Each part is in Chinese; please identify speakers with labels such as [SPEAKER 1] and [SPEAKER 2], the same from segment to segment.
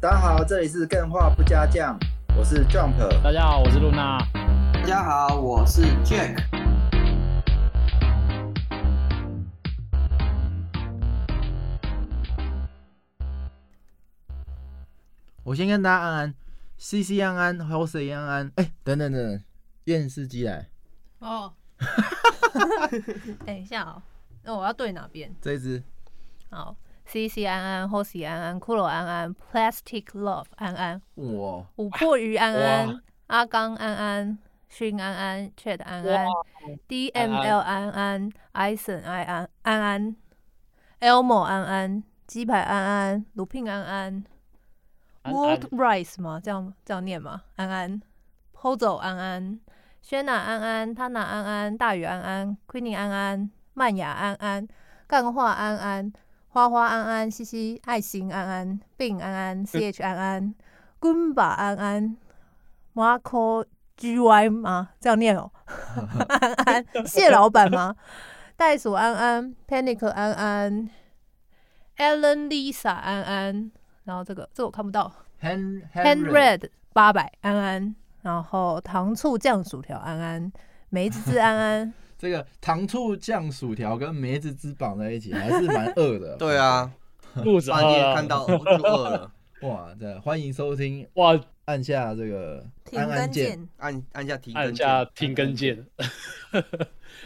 [SPEAKER 1] 大家好，这里是更画不加酱，我是 Jump。
[SPEAKER 2] 大家好，我是露娜。
[SPEAKER 3] 大家好，我是 Jack。
[SPEAKER 1] 我先跟大家安安，C C 安安，Jose 安安，哎、等等等等，验视机来，
[SPEAKER 4] 哦，等一下哦，那我要对哪边？
[SPEAKER 1] 这一只
[SPEAKER 4] 好，C C 安安、h o s 安安、骷髅安安、Plastic Love 安安、
[SPEAKER 1] 我
[SPEAKER 4] 琥珀鱼安
[SPEAKER 2] 哇
[SPEAKER 4] 安、阿刚安安、勋安安、Chat 安安、D M L 安安、Ison 安安安安、Elmo 安安、鸡排安安、鲁聘安安、
[SPEAKER 2] 安安
[SPEAKER 4] World Rice 吗？这样这样念吗？安安，Pozo 安安，轩娜安安，他娜安安，大宇安安，Queenie 安安，曼雅安安，干话安安，花花安安，西西，爱心安安，病安安，CH 安安，君吧安安，Marco GY 吗？这样念哦，安安，谢老板吗？袋鼠安安，Panic 安安，Alan Lisa 安安，然后这个这个我看不到
[SPEAKER 1] Hen
[SPEAKER 4] ，Hand Red 八百安安，然后糖醋酱薯条安安，梅子汁安安，
[SPEAKER 1] 这个糖醋酱薯条跟梅子汁绑在一起，还是蛮饿的。
[SPEAKER 3] 对，啊，
[SPEAKER 2] 肚子
[SPEAKER 3] 半
[SPEAKER 2] 饿
[SPEAKER 3] 夜
[SPEAKER 2] 了，
[SPEAKER 3] 看 到我就饿了，
[SPEAKER 1] 哇，这欢迎收听，
[SPEAKER 2] 哇，
[SPEAKER 1] 按下这个
[SPEAKER 4] 停
[SPEAKER 1] 安安
[SPEAKER 4] 更
[SPEAKER 1] 键。
[SPEAKER 4] 键，
[SPEAKER 3] 按按下停
[SPEAKER 2] 按
[SPEAKER 3] 更
[SPEAKER 2] 下
[SPEAKER 3] 键。
[SPEAKER 2] 停更键。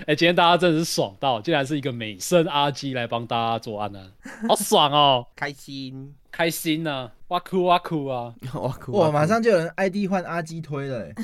[SPEAKER 2] 哎、今天大家真的是爽到，竟然是一个美声阿基来帮大家做安安，好爽哦，
[SPEAKER 3] 开心，
[SPEAKER 2] 开心呐、哇酷哇酷啊！
[SPEAKER 3] 我哭
[SPEAKER 1] 哇，马上就有人 ID 换阿基推 了、欸，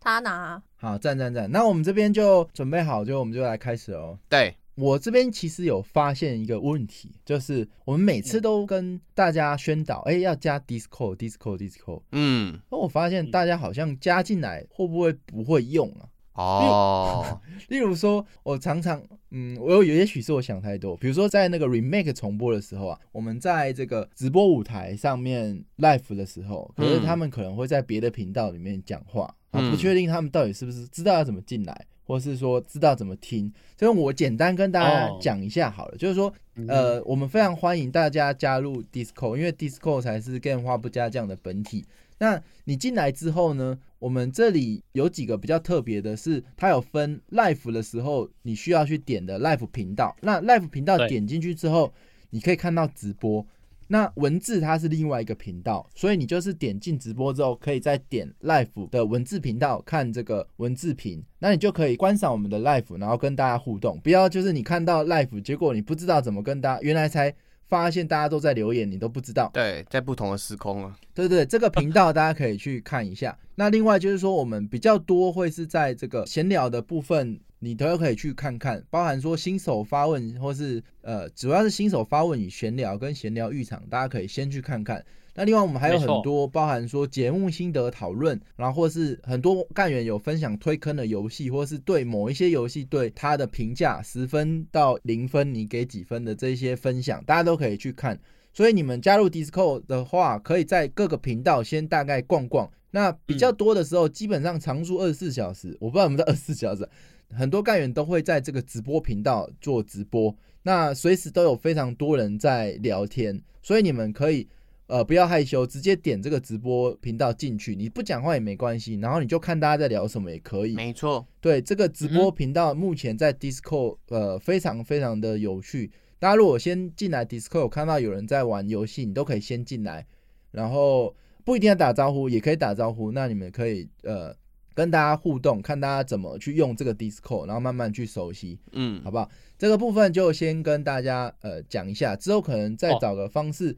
[SPEAKER 4] 他拿
[SPEAKER 1] 好赞赞赞！那我们这边就准备好，就我们就来开始哦。
[SPEAKER 3] 对，
[SPEAKER 1] 我这边其实有发现一个问题，就是我们每
[SPEAKER 3] 嗯
[SPEAKER 1] 次都跟大家宣导，哎、要加 Discord，Discord，Discord。
[SPEAKER 3] 嗯，
[SPEAKER 1] 那我发现大家好像加进来会不会不会用啊？
[SPEAKER 3] 哦，
[SPEAKER 1] 例如 说，我常常，嗯，我有也许是我想太多。比如说，在那个 remake 重播的时候啊，我们在这个直播舞台上面 live 的时候，可是
[SPEAKER 3] 嗯
[SPEAKER 1] 他们可能会在别的频道里面讲话，啊，
[SPEAKER 3] 嗯
[SPEAKER 1] 不确定他们到底是不是知道要怎么进来，或是说知道怎么听。所以我简单跟大家
[SPEAKER 2] 哦
[SPEAKER 1] 讲一下好了，就是说，呃，我们非常欢迎大家加入 Disco，因为 Disco 才是 Game 话不加酱的本体。那你进来之后呢，我们这里有几个比较特别的是，它有分 Live 的时候你需要去点的 Live 频道。那 Live 频道
[SPEAKER 2] 对
[SPEAKER 1] 点进去之后，你可以看到直播。那文字它是另外一个频道，所以你就是点进直播之后，可以再点 Live 的文字频道看这个文字屏，那你就可以观赏我们的 Live，然后跟大家互动。不要就是你看到 Live，结果你不知道怎么跟大家，原来才发现大家都在留言，你都不知道。
[SPEAKER 3] 对，在不同的时空啊，
[SPEAKER 1] 对对，对这个频道大家可以去看一下。那另外就是说，我们比较多会是在这个闲聊的部分，你都可以去看看，包含说新手发问，或是呃，主要是新手发问与闲聊跟闲聊浴场，大家可以先去看看。那另外我们还有
[SPEAKER 2] 没
[SPEAKER 1] 很
[SPEAKER 2] 错
[SPEAKER 1] 多包含说节目心得讨论，然后或是很多干员有分享推坑的游戏，或是对某一些游戏对它的评价十分到零分，你给几分的这些分享，大家都可以去看。所以你们加入 Discord 的话，可以在各个频道先大概逛逛。那比
[SPEAKER 3] 嗯
[SPEAKER 1] 较多的时候，基本上常驻二十四小时，我不知道我们在二十四小时啊，很多干员都会在这个直播频道做直播，那随时都有非常多人在聊天，所以你们可以呃不要害羞，直接点这个直播频道进去，你不讲话也没关系，然后你就看大家在聊什么也可以。
[SPEAKER 3] 没错，
[SPEAKER 1] 对，这个直播频道目前在 Discord 呃非常非常的有趣。大家如果先进来 Discord 有看到有人在玩游戏，你都可以先进来，然后不一定要打招呼，也可以打招呼。那你们可以呃跟大家互动，看大家怎么去用这个 Discord，然后慢慢去熟悉，
[SPEAKER 3] 嗯
[SPEAKER 1] 好，不好？这个部分就先跟大家呃讲一下，之后可能再
[SPEAKER 2] 哦
[SPEAKER 1] 找个方式。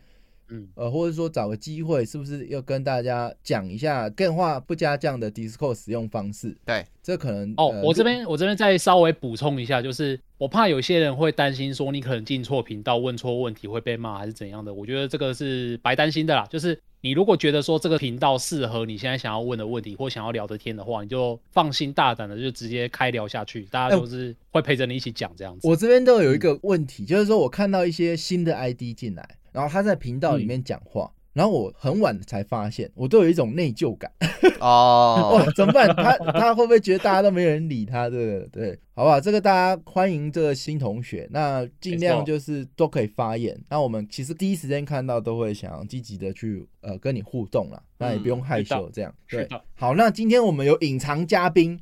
[SPEAKER 2] 嗯
[SPEAKER 1] 呃，或者说找个机会，是不是要跟大家讲一下更话不加酱的 Discord 使用方式？
[SPEAKER 3] 对，
[SPEAKER 1] 这可能
[SPEAKER 2] 哦
[SPEAKER 3] 嗯
[SPEAKER 1] 呃，
[SPEAKER 2] 我这边我这边再稍微补充一下，就是我怕有些人会担心说你可能进错频道、问错问题会被骂还是怎样的，我觉得这个是白担心的啦。就是你如果觉得说这个频道适合你现在想要问的问题或想要聊的天的话，你就放心大胆的就直接开聊下去，大
[SPEAKER 1] 哎
[SPEAKER 2] 家都是会陪着你一起讲这样子。嗯
[SPEAKER 1] 我这边
[SPEAKER 2] 嗯
[SPEAKER 1] 都有一个问题，就是说我看到一些新的 ID 进来，然后他在频道里面讲话，然后我很晚才发现，我都有一种内疚感。
[SPEAKER 3] 哦，
[SPEAKER 1] 哦，怎么办？他他会不会觉得大家都没有人理他？对不对，好不好？这个大家欢迎这个新同学，那尽量
[SPEAKER 2] 没错
[SPEAKER 1] 就是都可以发言。那我们其实第一时间看到都会想要积极的去呃跟你互动啦，那也不
[SPEAKER 2] 嗯
[SPEAKER 1] 用害羞这样。
[SPEAKER 2] 是
[SPEAKER 1] 对
[SPEAKER 2] 的，
[SPEAKER 1] 好，那今天我们有隐藏嘉宾，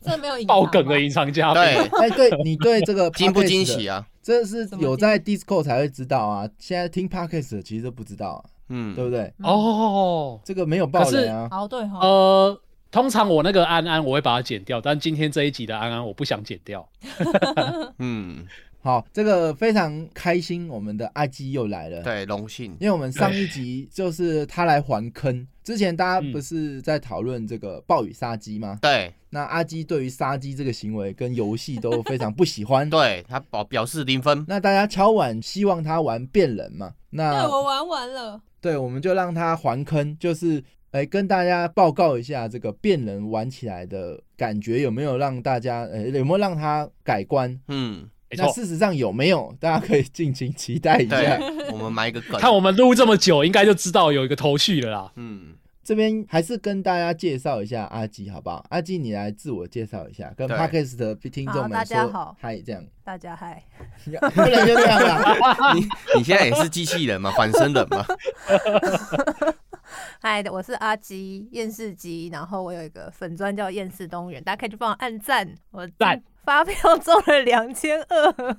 [SPEAKER 4] 这没有隐藏
[SPEAKER 2] 爆
[SPEAKER 4] 吧
[SPEAKER 2] 梗的隐藏嘉宾，
[SPEAKER 3] 对，
[SPEAKER 1] 哎，对你对这个
[SPEAKER 3] 惊不
[SPEAKER 1] podcast
[SPEAKER 3] 惊
[SPEAKER 1] 的
[SPEAKER 3] 喜啊？
[SPEAKER 1] 这是
[SPEAKER 4] 什么
[SPEAKER 1] 有在 Discord 才会知道啊，现在听 Podcast 的其实都不知道啊，对
[SPEAKER 3] 嗯，
[SPEAKER 1] 不对？
[SPEAKER 2] 哦，
[SPEAKER 1] 这个没有爆雷啊，
[SPEAKER 4] 哦，对哈，
[SPEAKER 2] 呃，通常我那个安安我会把它剪掉，但今天这一集的安安我不想剪 掉。
[SPEAKER 3] 嗯，
[SPEAKER 1] 好，这个非常开心，我们的阿基又来了。
[SPEAKER 3] 对，荣幸。
[SPEAKER 1] 因为我们上一集就是他来还坑，之前大家不是在讨论这个暴雨杀鸡吗？
[SPEAKER 3] 对
[SPEAKER 1] 那阿基对于杀鸡这个行为跟游戏都非常不喜欢。
[SPEAKER 3] 对，他表表示零分。
[SPEAKER 1] 那大家敲碗希望他玩变人嘛？那
[SPEAKER 4] 对我玩完了，
[SPEAKER 1] 对，我们就让他还坑，就是哎、跟大家报告一下这个变人玩起来的感觉有没有让大家呃、有没有让他改观？
[SPEAKER 3] 嗯，
[SPEAKER 2] 没
[SPEAKER 1] 那
[SPEAKER 2] 错，
[SPEAKER 1] 事实上有没有？大家可以尽情期待一
[SPEAKER 3] 对
[SPEAKER 1] 下。，
[SPEAKER 3] 我们埋一个梗。
[SPEAKER 2] 看我们录这么久，应该就知道有一个头绪了啦。
[SPEAKER 3] 嗯，
[SPEAKER 1] 这边还是跟大家介绍一下阿基，好不好？阿基，你来自我介绍一下，跟
[SPEAKER 3] 对
[SPEAKER 1] Podcast 的听众
[SPEAKER 4] 好
[SPEAKER 1] 们
[SPEAKER 4] 大
[SPEAKER 1] 说
[SPEAKER 4] 家好
[SPEAKER 1] 嗨，这样
[SPEAKER 4] 大家 嗨，
[SPEAKER 1] 不能就这样啦。
[SPEAKER 3] 你你现在也是机器 人嘛，反身人嘛？
[SPEAKER 4] 嗨，我是阿基，厌世基，然后我有一个粉砖叫厌世东园，大家可以去帮我按赞，我
[SPEAKER 2] 赞
[SPEAKER 4] 发票中了两千二，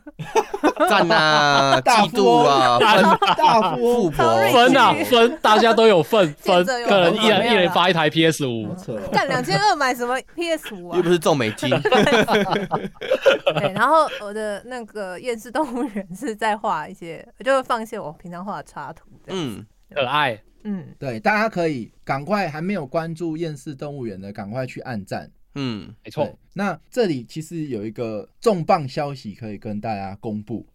[SPEAKER 3] 赞啊，
[SPEAKER 1] 大
[SPEAKER 3] 嫉妒啊，
[SPEAKER 2] 大
[SPEAKER 3] 分
[SPEAKER 1] 大
[SPEAKER 3] 富
[SPEAKER 1] 夫，
[SPEAKER 4] 超
[SPEAKER 3] 婆
[SPEAKER 4] 瑞
[SPEAKER 2] 分啊
[SPEAKER 4] 对
[SPEAKER 2] 分，大家都 有份
[SPEAKER 4] 见
[SPEAKER 2] 分，
[SPEAKER 4] 者有
[SPEAKER 2] 个人
[SPEAKER 4] 份怎
[SPEAKER 2] 一
[SPEAKER 4] 么
[SPEAKER 2] 人
[SPEAKER 4] 样
[SPEAKER 2] 一人
[SPEAKER 4] 啦
[SPEAKER 2] 发一台 PS 五
[SPEAKER 1] 好，扯哦，
[SPEAKER 4] 干两千二买什么 PS 五 啊
[SPEAKER 3] 又不？是中美 金，
[SPEAKER 4] 对，然后我的那个厌世动物园是在画一些，我就会放一些我平常画的插图这样。
[SPEAKER 3] 嗯，
[SPEAKER 2] 可爱。
[SPEAKER 4] 嗯，
[SPEAKER 1] 对，大家可以赶快还没有关注厌世动物园的，赶快去按赞。
[SPEAKER 3] 嗯，
[SPEAKER 2] 没错
[SPEAKER 1] 对，，那这里其实有一个重磅消息可以跟大家公布，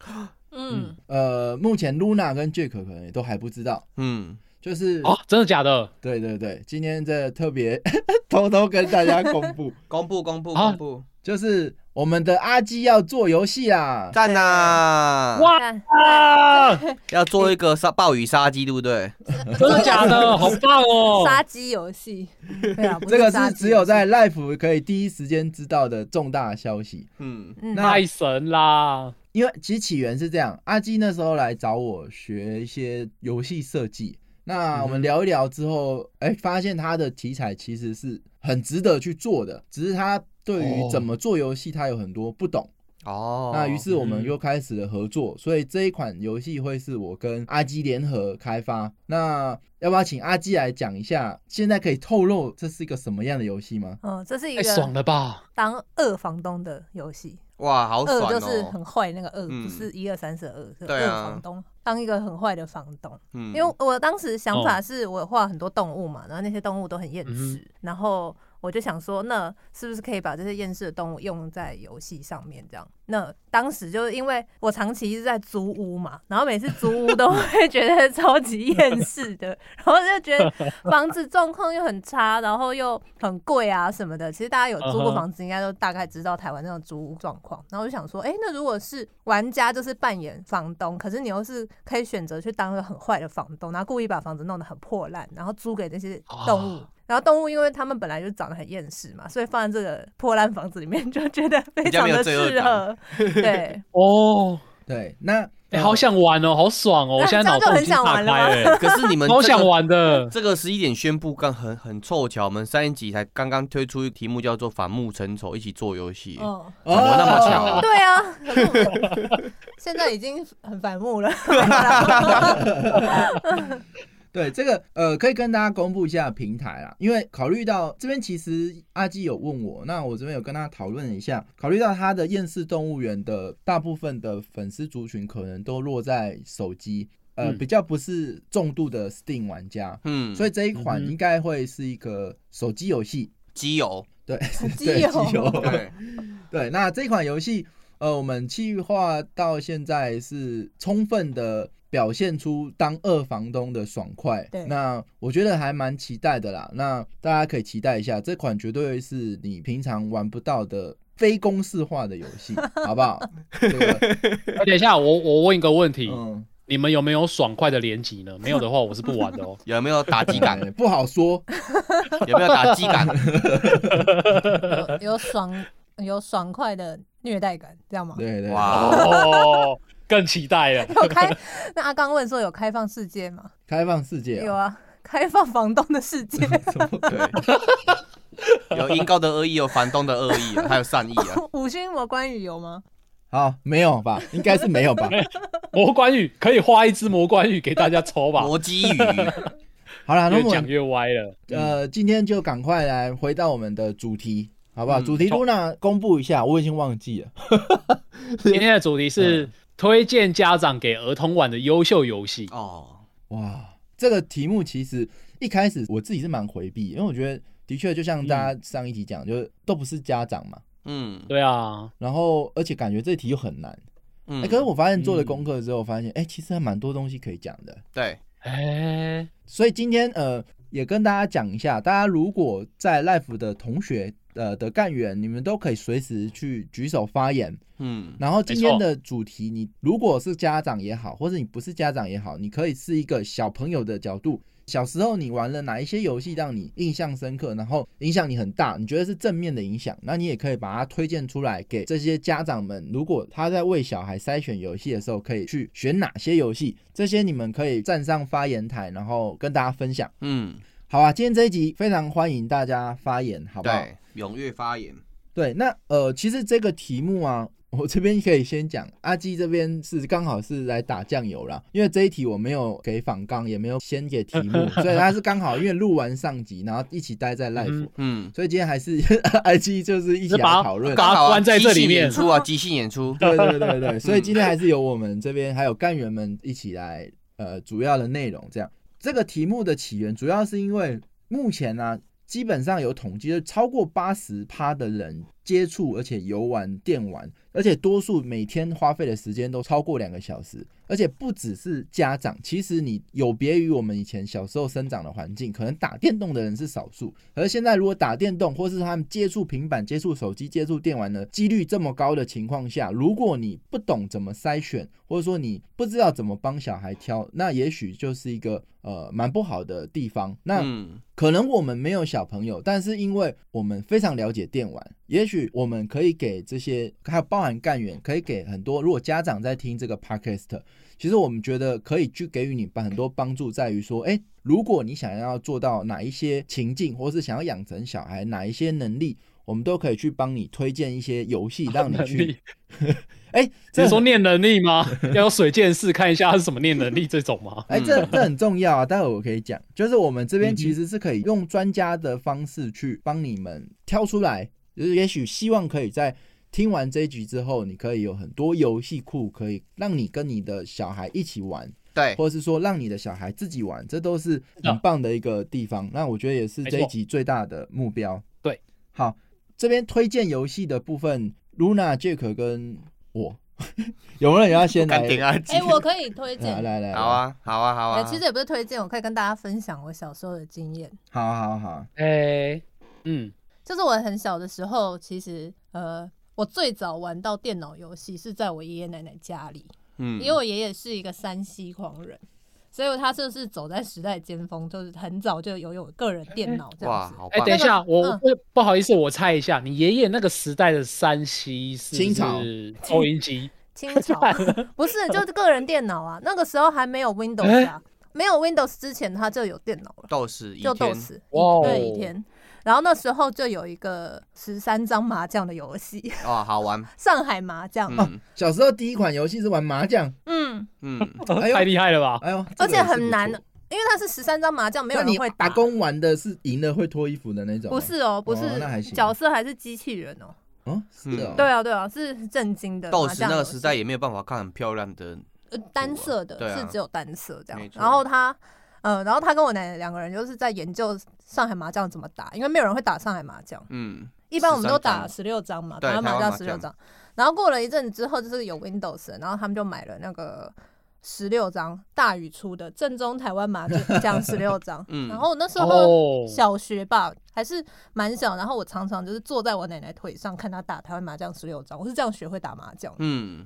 [SPEAKER 4] 嗯，
[SPEAKER 1] 呃，目前 Luna 跟 Jack 可能也都还不知道，
[SPEAKER 3] 嗯，
[SPEAKER 1] 就是、
[SPEAKER 2] 哦，真的假的？
[SPEAKER 1] 对对对，今天这特别 偷偷跟大家公 布，
[SPEAKER 3] 公布公布
[SPEAKER 2] 啊
[SPEAKER 3] 公布，
[SPEAKER 1] 就是我们的阿基要做游戏啦。
[SPEAKER 3] 赞啊！
[SPEAKER 2] 哇
[SPEAKER 4] 看
[SPEAKER 2] 啊，
[SPEAKER 3] 要做一个杀暴雨杀鸡，对不对？
[SPEAKER 2] 真的假的？好棒哦！
[SPEAKER 4] 杀鸡游戏， 对啊，不
[SPEAKER 1] 这个
[SPEAKER 4] 杀
[SPEAKER 1] 是
[SPEAKER 4] 鸡
[SPEAKER 1] 只有
[SPEAKER 4] 游戏
[SPEAKER 1] 在 Life 可以第一时间知道的重大消息。
[SPEAKER 3] 嗯，
[SPEAKER 4] 嗯
[SPEAKER 1] 那
[SPEAKER 2] 太神啦！
[SPEAKER 1] 因为其实起源是这样，阿基那时候来找我学一些游戏设计，那我们
[SPEAKER 3] 嗯哼
[SPEAKER 1] 聊一聊之后，哎、发现他的题材其实是很值得去做的，只是他对于
[SPEAKER 2] 哦
[SPEAKER 1] 怎么做游戏他有很多不懂。
[SPEAKER 3] 哦，
[SPEAKER 1] 那于是我们
[SPEAKER 2] 嗯
[SPEAKER 1] 又开始了合作，所以这一款游戏会是我跟阿基联合开发。那要不要请阿基来讲一下？现在可以透露这是一个什么样的游戏吗？
[SPEAKER 4] 嗯，这是一
[SPEAKER 2] 太
[SPEAKER 1] 哎
[SPEAKER 2] 爽
[SPEAKER 4] 个
[SPEAKER 2] 了吧！
[SPEAKER 4] 当二房东的游戏，
[SPEAKER 3] 哇，好
[SPEAKER 4] 二
[SPEAKER 3] 爽
[SPEAKER 4] 就是
[SPEAKER 3] 哦，
[SPEAKER 4] 很坏那个二，
[SPEAKER 3] 嗯
[SPEAKER 4] 不是一二三四的二，是
[SPEAKER 3] 对
[SPEAKER 4] 二
[SPEAKER 3] 啊
[SPEAKER 4] 房东，当一个很坏的房东。
[SPEAKER 3] 嗯哦
[SPEAKER 4] 因为我当时想法是我画很多动物嘛，然后那些动物都很厌
[SPEAKER 2] 嗯
[SPEAKER 4] 世，然后我就想说，那是不是可以把这些厌世的动物用在游戏上面？这样，那当时就是因为我长期一直在租屋嘛，然后每次租屋都会觉得超级厌世的， 然后就觉得房子状况又很差，然后又很贵啊什么的。其实大家有租
[SPEAKER 2] 嗯
[SPEAKER 4] 过
[SPEAKER 2] 哼
[SPEAKER 4] 房子，应该都大概知道台湾那种租屋状况。然后我就想说，哎、那如果是玩家就是扮演房东，可是你又是可以选择去当一个很坏的房东，然后故意把房子弄得很破烂，然后租给那些动物。
[SPEAKER 2] 啊
[SPEAKER 4] 然后动物因为它们本来就长得很厌世嘛，所以放在这个破烂房子里面 就觉得非常的
[SPEAKER 3] 比
[SPEAKER 4] 适
[SPEAKER 3] 较
[SPEAKER 4] 合。对，
[SPEAKER 2] 哦，
[SPEAKER 1] 对，那、
[SPEAKER 2] 哎，
[SPEAKER 1] 呃
[SPEAKER 2] 好想玩哦，好爽哦！我
[SPEAKER 4] 那
[SPEAKER 2] 现在脑
[SPEAKER 4] 这
[SPEAKER 2] 洞
[SPEAKER 4] 样就
[SPEAKER 2] 已经
[SPEAKER 4] 很想
[SPEAKER 2] 打
[SPEAKER 4] 玩了吗
[SPEAKER 2] 开 了，
[SPEAKER 3] 欸可是你 们
[SPEAKER 2] 好
[SPEAKER 3] 这个
[SPEAKER 2] 想玩的。
[SPEAKER 3] 这个十一点宣布刚很很凑巧，我们上一集才刚刚推出一个题目叫做“反目成仇”，一起做游戏。
[SPEAKER 4] 嗯，
[SPEAKER 1] 怎
[SPEAKER 3] 么那么巧啊
[SPEAKER 4] 对啊，可是 我现在已经很反目了。
[SPEAKER 1] 对这个呃，可以跟大家公布一下平台啦，因为考虑到这边其实阿基有问我，那我这边有跟他讨论一下，考虑到他的厌世动物园的大部分的粉丝族群可能都落在手机，呃，
[SPEAKER 2] 嗯
[SPEAKER 1] 比较不是重度的 Steam 玩家，
[SPEAKER 3] 嗯，
[SPEAKER 1] 所
[SPEAKER 3] 以
[SPEAKER 1] 以这一款
[SPEAKER 2] 嗯哼
[SPEAKER 1] 应该会是一个手机游戏，
[SPEAKER 3] 基友
[SPEAKER 1] 对，
[SPEAKER 4] 机
[SPEAKER 1] 对，
[SPEAKER 4] 游
[SPEAKER 1] 机游，
[SPEAKER 3] 对，
[SPEAKER 1] 对，那这款游戏，呃，我们计划到现在是充分的表现出当二房东的爽快。
[SPEAKER 4] 对
[SPEAKER 1] 那我觉得还蛮期待的啦。那大家可以期待一下，这款绝对是你平常玩不到的非公式化的游戏，好不好？这个，
[SPEAKER 2] 哎等一下，我我问一个问题，
[SPEAKER 1] 嗯，
[SPEAKER 2] 你们有没有爽快的连击呢？没有的话，我是不玩的哦。
[SPEAKER 3] 有没有打击 感？
[SPEAKER 1] 哎不好说，
[SPEAKER 3] 有没有打击感？
[SPEAKER 4] 有 有爽有爽快的虐待感，这样吗？
[SPEAKER 1] 对对，
[SPEAKER 3] 哇
[SPEAKER 2] 哦，更期待了。
[SPEAKER 4] 有开，那阿刚问说有开放世界吗？
[SPEAKER 1] 开放世界
[SPEAKER 4] 有
[SPEAKER 1] 哦，
[SPEAKER 4] 啊，开放房东的世 界。
[SPEAKER 3] 对，有阴高的恶意，有房东的恶意、啊，还有善意 啊。
[SPEAKER 4] 五星魔关羽有吗？
[SPEAKER 1] 好， 没有吧？ 应该是没有吧？
[SPEAKER 2] 魔关羽可以画一只魔关羽给大家抽吧。
[SPEAKER 3] 魔机语，
[SPEAKER 1] 好啦，那
[SPEAKER 2] 越
[SPEAKER 1] 我
[SPEAKER 2] 讲
[SPEAKER 1] 们
[SPEAKER 2] 越歪了。
[SPEAKER 1] 呃，今天就赶快来回到我们的主题，好不好？
[SPEAKER 3] 嗯
[SPEAKER 1] 主题
[SPEAKER 2] 好
[SPEAKER 1] 露娜公布一下，我已经忘记了。
[SPEAKER 2] 今天的主题是嗯推荐家长给儿童玩的优秀游戏。
[SPEAKER 3] 哦，
[SPEAKER 1] 哇，这个题目其实一开始我自己是蛮回避，因为我觉得的确就像大家上一集讲，就是都不是家长嘛，
[SPEAKER 3] 嗯
[SPEAKER 2] 嗯对啊，
[SPEAKER 1] 然后而且感觉这题又很难。哎、
[SPEAKER 3] 嗯，
[SPEAKER 1] 可是我发现做了功课之后，发现哎、其实还蛮多东西可以讲的。
[SPEAKER 3] 对，
[SPEAKER 2] 哎，
[SPEAKER 1] 所以今天呃，也跟大家讲一下，大家如果在 Life 的同学呃的干员，你们都可以随时去举手发言。
[SPEAKER 3] 嗯
[SPEAKER 1] 然后今天的主题，你如果是家长也好，或者你不是家长也好，你可以是一个小朋友的角度。小时候你玩了哪一些游戏让你印象深刻，然后影响你很大，你觉得是正面的影响，那你也可以把它推荐出来给这些家长们。如果他在为小孩筛选游戏的时候，可以去选哪些游戏，这些你们可以站上发言台，然后跟大家分享。
[SPEAKER 3] 嗯，
[SPEAKER 1] 好啊，今天这一集非常欢迎大家发言，好不好？
[SPEAKER 3] 对，踊跃发言。
[SPEAKER 1] 对，那呃，其实这个题目啊，我这边可以先讲，阿基这边是刚好是来打酱油啦，因为这一题我没有给仿纲，也没有先给题 目，所以他是刚好因为录完上集，然后一起待在 live，、
[SPEAKER 2] 嗯
[SPEAKER 3] 嗯，
[SPEAKER 1] 所以今天还是 阿基就是一起
[SPEAKER 2] 是
[SPEAKER 1] 来
[SPEAKER 2] 把
[SPEAKER 1] 讨论。
[SPEAKER 2] 把它关在这里面
[SPEAKER 3] 即兴演出啊，即兴演 出。
[SPEAKER 1] 对对对 对，所以今天还是由我们这边还有干员们一起来，呃，主要的内容这样。这个题目的起源主要是因为目前呢、基本上有统计，就是超过八十趴的人接触而且游玩电玩，而且多数每天花费的时间都超过两个小时，而且不只是家长，其实你有别于我们以前小时候生长的环境，可能打电动的人是少数，而现在如果打电动或是他们接触平板、接触手机、接触电玩的几率这么高的情况下，如果你不懂怎么筛选，或者说你不知道怎么帮小孩挑，那也许就是一个呃蛮不好的地方。那、
[SPEAKER 3] 嗯
[SPEAKER 1] 可能我们没有小朋友，但是因为我们非常了解电玩，也许我们可以给这些，还有包含干员，可以给很多。如果家长在听这个 podcast，其实我们觉得可以去给予你很多帮助，在于说，哎，如果你想要做到哪一些情境，或是想要养成小孩哪一些能力，我们都可以去帮你推荐一些游戏，让你
[SPEAKER 2] 能
[SPEAKER 1] 去
[SPEAKER 2] 力。，
[SPEAKER 1] 哎，
[SPEAKER 2] 只
[SPEAKER 1] 这
[SPEAKER 2] 是说念能力吗？ 要有水见识看一下它是什么念能力这种吗？
[SPEAKER 1] 哎、
[SPEAKER 3] 嗯
[SPEAKER 1] 这这很重要啊！待会我可以讲，就是我们这边
[SPEAKER 2] 嗯哼
[SPEAKER 1] 其实是可以用专家的方式去帮你们挑出来，就是也许希望可以在听完这一局之后，你可以有很多游戏库可以让你跟你的小孩一起玩，
[SPEAKER 3] 对，
[SPEAKER 1] 或者是说让你的小孩自己玩，这都是
[SPEAKER 2] 的
[SPEAKER 1] 很棒的一个地方。那我觉得也是
[SPEAKER 2] 没
[SPEAKER 1] 这一
[SPEAKER 2] 错
[SPEAKER 1] 集最大的目标。
[SPEAKER 2] 对，
[SPEAKER 1] 好，这边推荐游戏的部分，Luna、Jack 跟我， 有没有人要先来？
[SPEAKER 3] 干
[SPEAKER 2] 啊
[SPEAKER 3] 点阿基
[SPEAKER 4] 哎、。我可以推
[SPEAKER 1] 来
[SPEAKER 4] 荐。
[SPEAKER 1] 来来，
[SPEAKER 3] 好，啊，好啊，好
[SPEAKER 4] 哎、
[SPEAKER 3] 啊。
[SPEAKER 4] 其实也不是推荐，我可以跟大家分享我小时候的经验。
[SPEAKER 1] 好好好，
[SPEAKER 2] 哎，嗯，
[SPEAKER 4] 就是我很小的时候，其实呃，我最早玩到电脑游戏是在我爷爷奶奶家里，
[SPEAKER 3] 嗯，
[SPEAKER 4] 因为我爷爷是一个山西狂人，所以他就是走在时代尖峰，就是很早就拥有个人电脑这
[SPEAKER 3] 哇，
[SPEAKER 4] 样子。
[SPEAKER 3] 好
[SPEAKER 2] 哎，
[SPEAKER 3] 棒
[SPEAKER 2] 等一下，我
[SPEAKER 4] 嗯
[SPEAKER 2] 我不好意思，我猜一下，你爷爷那个时代的山西是
[SPEAKER 1] 清朝
[SPEAKER 2] 收音机，
[SPEAKER 4] 清 朝不是，就是个人电脑啊，那个时候还没有 Windows 啊，没有 Windows 之前他就有电脑了，
[SPEAKER 3] 豆豉一
[SPEAKER 4] 就
[SPEAKER 3] 天
[SPEAKER 4] 斗，死
[SPEAKER 2] 哇哦
[SPEAKER 4] 对一天。然后那时候就有一个十三张麻将的游戏，
[SPEAKER 3] 哇，好玩。
[SPEAKER 4] 上海麻将，
[SPEAKER 3] 哦嗯
[SPEAKER 1] 哦小时候第一款游戏是玩麻将，
[SPEAKER 4] 嗯，
[SPEAKER 3] 嗯，
[SPEAKER 1] 哎呦
[SPEAKER 2] 太厉害了吧？
[SPEAKER 1] 哎呦，
[SPEAKER 4] 而且
[SPEAKER 1] 这个也是
[SPEAKER 4] 很难
[SPEAKER 1] 不错。
[SPEAKER 4] 因为它是十三张麻将，没有
[SPEAKER 1] 那你
[SPEAKER 4] 人会
[SPEAKER 1] 打工玩的是赢了会脱衣服的那种吗？
[SPEAKER 4] 不是哦，不是、
[SPEAKER 1] 哦那还行
[SPEAKER 4] 角色还是机器人哦。
[SPEAKER 1] 哦，是哦，
[SPEAKER 3] 嗯
[SPEAKER 4] 对啊，对啊，是震惊的
[SPEAKER 3] 豆
[SPEAKER 4] 麻
[SPEAKER 3] 豉
[SPEAKER 4] 将
[SPEAKER 3] 那
[SPEAKER 4] 游
[SPEAKER 3] 个
[SPEAKER 4] 戏
[SPEAKER 3] 时代也没有办法看很漂亮的，
[SPEAKER 4] 呃单色的，
[SPEAKER 3] 对啊
[SPEAKER 4] 是只有单色这
[SPEAKER 3] 没
[SPEAKER 4] 样。
[SPEAKER 3] 错
[SPEAKER 4] 然后他，呃，然后他跟我奶奶两个人就是在研究上海麻将怎么打，因为没有人会打上海麻将，
[SPEAKER 3] 嗯，
[SPEAKER 4] 一般我们都打
[SPEAKER 3] 13张
[SPEAKER 4] 十六张嘛，
[SPEAKER 3] 对
[SPEAKER 4] 打麻
[SPEAKER 3] 台湾
[SPEAKER 4] 将
[SPEAKER 3] 麻
[SPEAKER 4] 十
[SPEAKER 3] 将。
[SPEAKER 4] 六张。然后过了一阵子之后，就是有 Windows，了然后他们就买了那个十六张大宇出的正宗台湾麻将十六张
[SPEAKER 3] 嗯
[SPEAKER 4] 然后那时候
[SPEAKER 2] 哦，
[SPEAKER 4] 小学吧，还是蛮小。然后我常常就是坐在我奶奶腿上看她打台湾麻将十六张，我是这样学会打麻将的。
[SPEAKER 3] 嗯，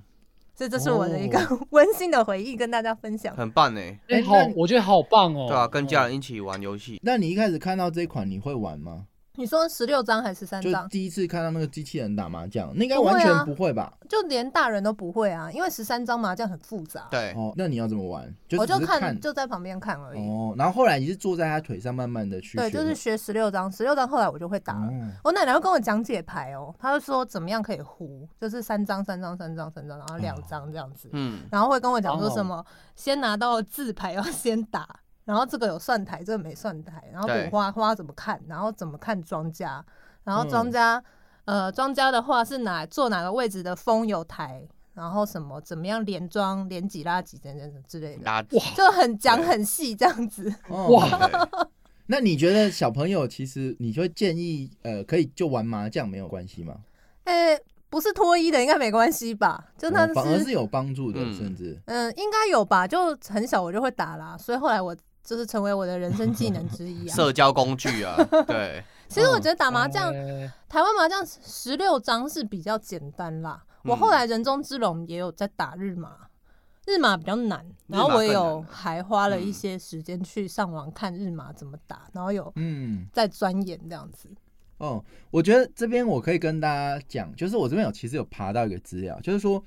[SPEAKER 4] 所以这是我的一个
[SPEAKER 1] 哦
[SPEAKER 4] 温馨的回忆，跟大家分享。
[SPEAKER 3] 很棒呢。欸
[SPEAKER 2] 哎、
[SPEAKER 1] 哎
[SPEAKER 2] 好
[SPEAKER 1] 那，
[SPEAKER 2] 我觉得好棒哦。
[SPEAKER 3] 对啊，跟家
[SPEAKER 2] 哦
[SPEAKER 3] 人一起玩游戏，
[SPEAKER 1] 那你一开始看到这一款，你会玩吗？
[SPEAKER 4] 你说十六张还是三
[SPEAKER 1] 就
[SPEAKER 4] 张？
[SPEAKER 1] 第一次看到那个机器人打麻将，那应该
[SPEAKER 4] 不会
[SPEAKER 1] 完全
[SPEAKER 4] 啊
[SPEAKER 1] 不会吧？
[SPEAKER 4] 就连大人都不会啊，因为十三张麻将很复杂。
[SPEAKER 3] 对，
[SPEAKER 1] 哦，那你要怎么玩？就
[SPEAKER 4] 我
[SPEAKER 1] 只
[SPEAKER 4] 就是看就在旁边看而已。
[SPEAKER 1] 哦，然后后来你是坐在他腿上慢慢的去
[SPEAKER 4] 对，
[SPEAKER 1] 学
[SPEAKER 4] 就是
[SPEAKER 1] 吗
[SPEAKER 4] 学十六张，十六张后来我就会打了。
[SPEAKER 1] 哦
[SPEAKER 4] 我奶奶会跟我讲解牌哦，她会说怎么样可以胡，就是三张、三张、三张、三张，然后两张这样子，
[SPEAKER 3] 嗯，
[SPEAKER 4] 然后会跟我讲说
[SPEAKER 2] 哦
[SPEAKER 4] 什么 先拿到字牌要先打，然后这个有算台，这个没算台，然后
[SPEAKER 3] 对
[SPEAKER 4] 补花花怎么看，然后怎么看庄家，然后庄家、呃庄家的话是哪坐哪个位置的风有台，然后什么怎么样连庄连几拉几等等等之类的，
[SPEAKER 3] 垃圾
[SPEAKER 2] 哇，
[SPEAKER 4] 就很讲
[SPEAKER 3] 对
[SPEAKER 4] 很细这样子。
[SPEAKER 1] 哦
[SPEAKER 2] 哇
[SPEAKER 3] 对
[SPEAKER 1] 那你觉得小朋友其实你会建议呃，可以就玩麻将没有关系吗？
[SPEAKER 4] 呃、不是脱衣的应该没关系吧？就那
[SPEAKER 1] 哦反而是
[SPEAKER 4] 是
[SPEAKER 1] 有帮助的，
[SPEAKER 3] 嗯
[SPEAKER 1] 甚至
[SPEAKER 4] 嗯，应该有吧？就很小我就会打啦，所以后来我就是成为我的人生技能之一啊。
[SPEAKER 3] 社交工具啊，对，
[SPEAKER 4] 其实我觉得打麻将，
[SPEAKER 2] 哎
[SPEAKER 4] 台湾麻将十六张是比较简单啦。
[SPEAKER 3] 嗯
[SPEAKER 4] 我后来人中之龙也有在打日麻，日麻比较难，然后
[SPEAKER 3] 日麻
[SPEAKER 4] 我
[SPEAKER 3] 更
[SPEAKER 4] 有
[SPEAKER 3] 难啊
[SPEAKER 4] 还花了一
[SPEAKER 3] 嗯
[SPEAKER 4] 些时间去上网看日麻怎么打，然后有
[SPEAKER 1] 嗯。
[SPEAKER 4] 在钻研这样子。
[SPEAKER 1] 哦，我觉得这边我可以跟大家讲，就是我这边有其实有爬到一个资料，就是说，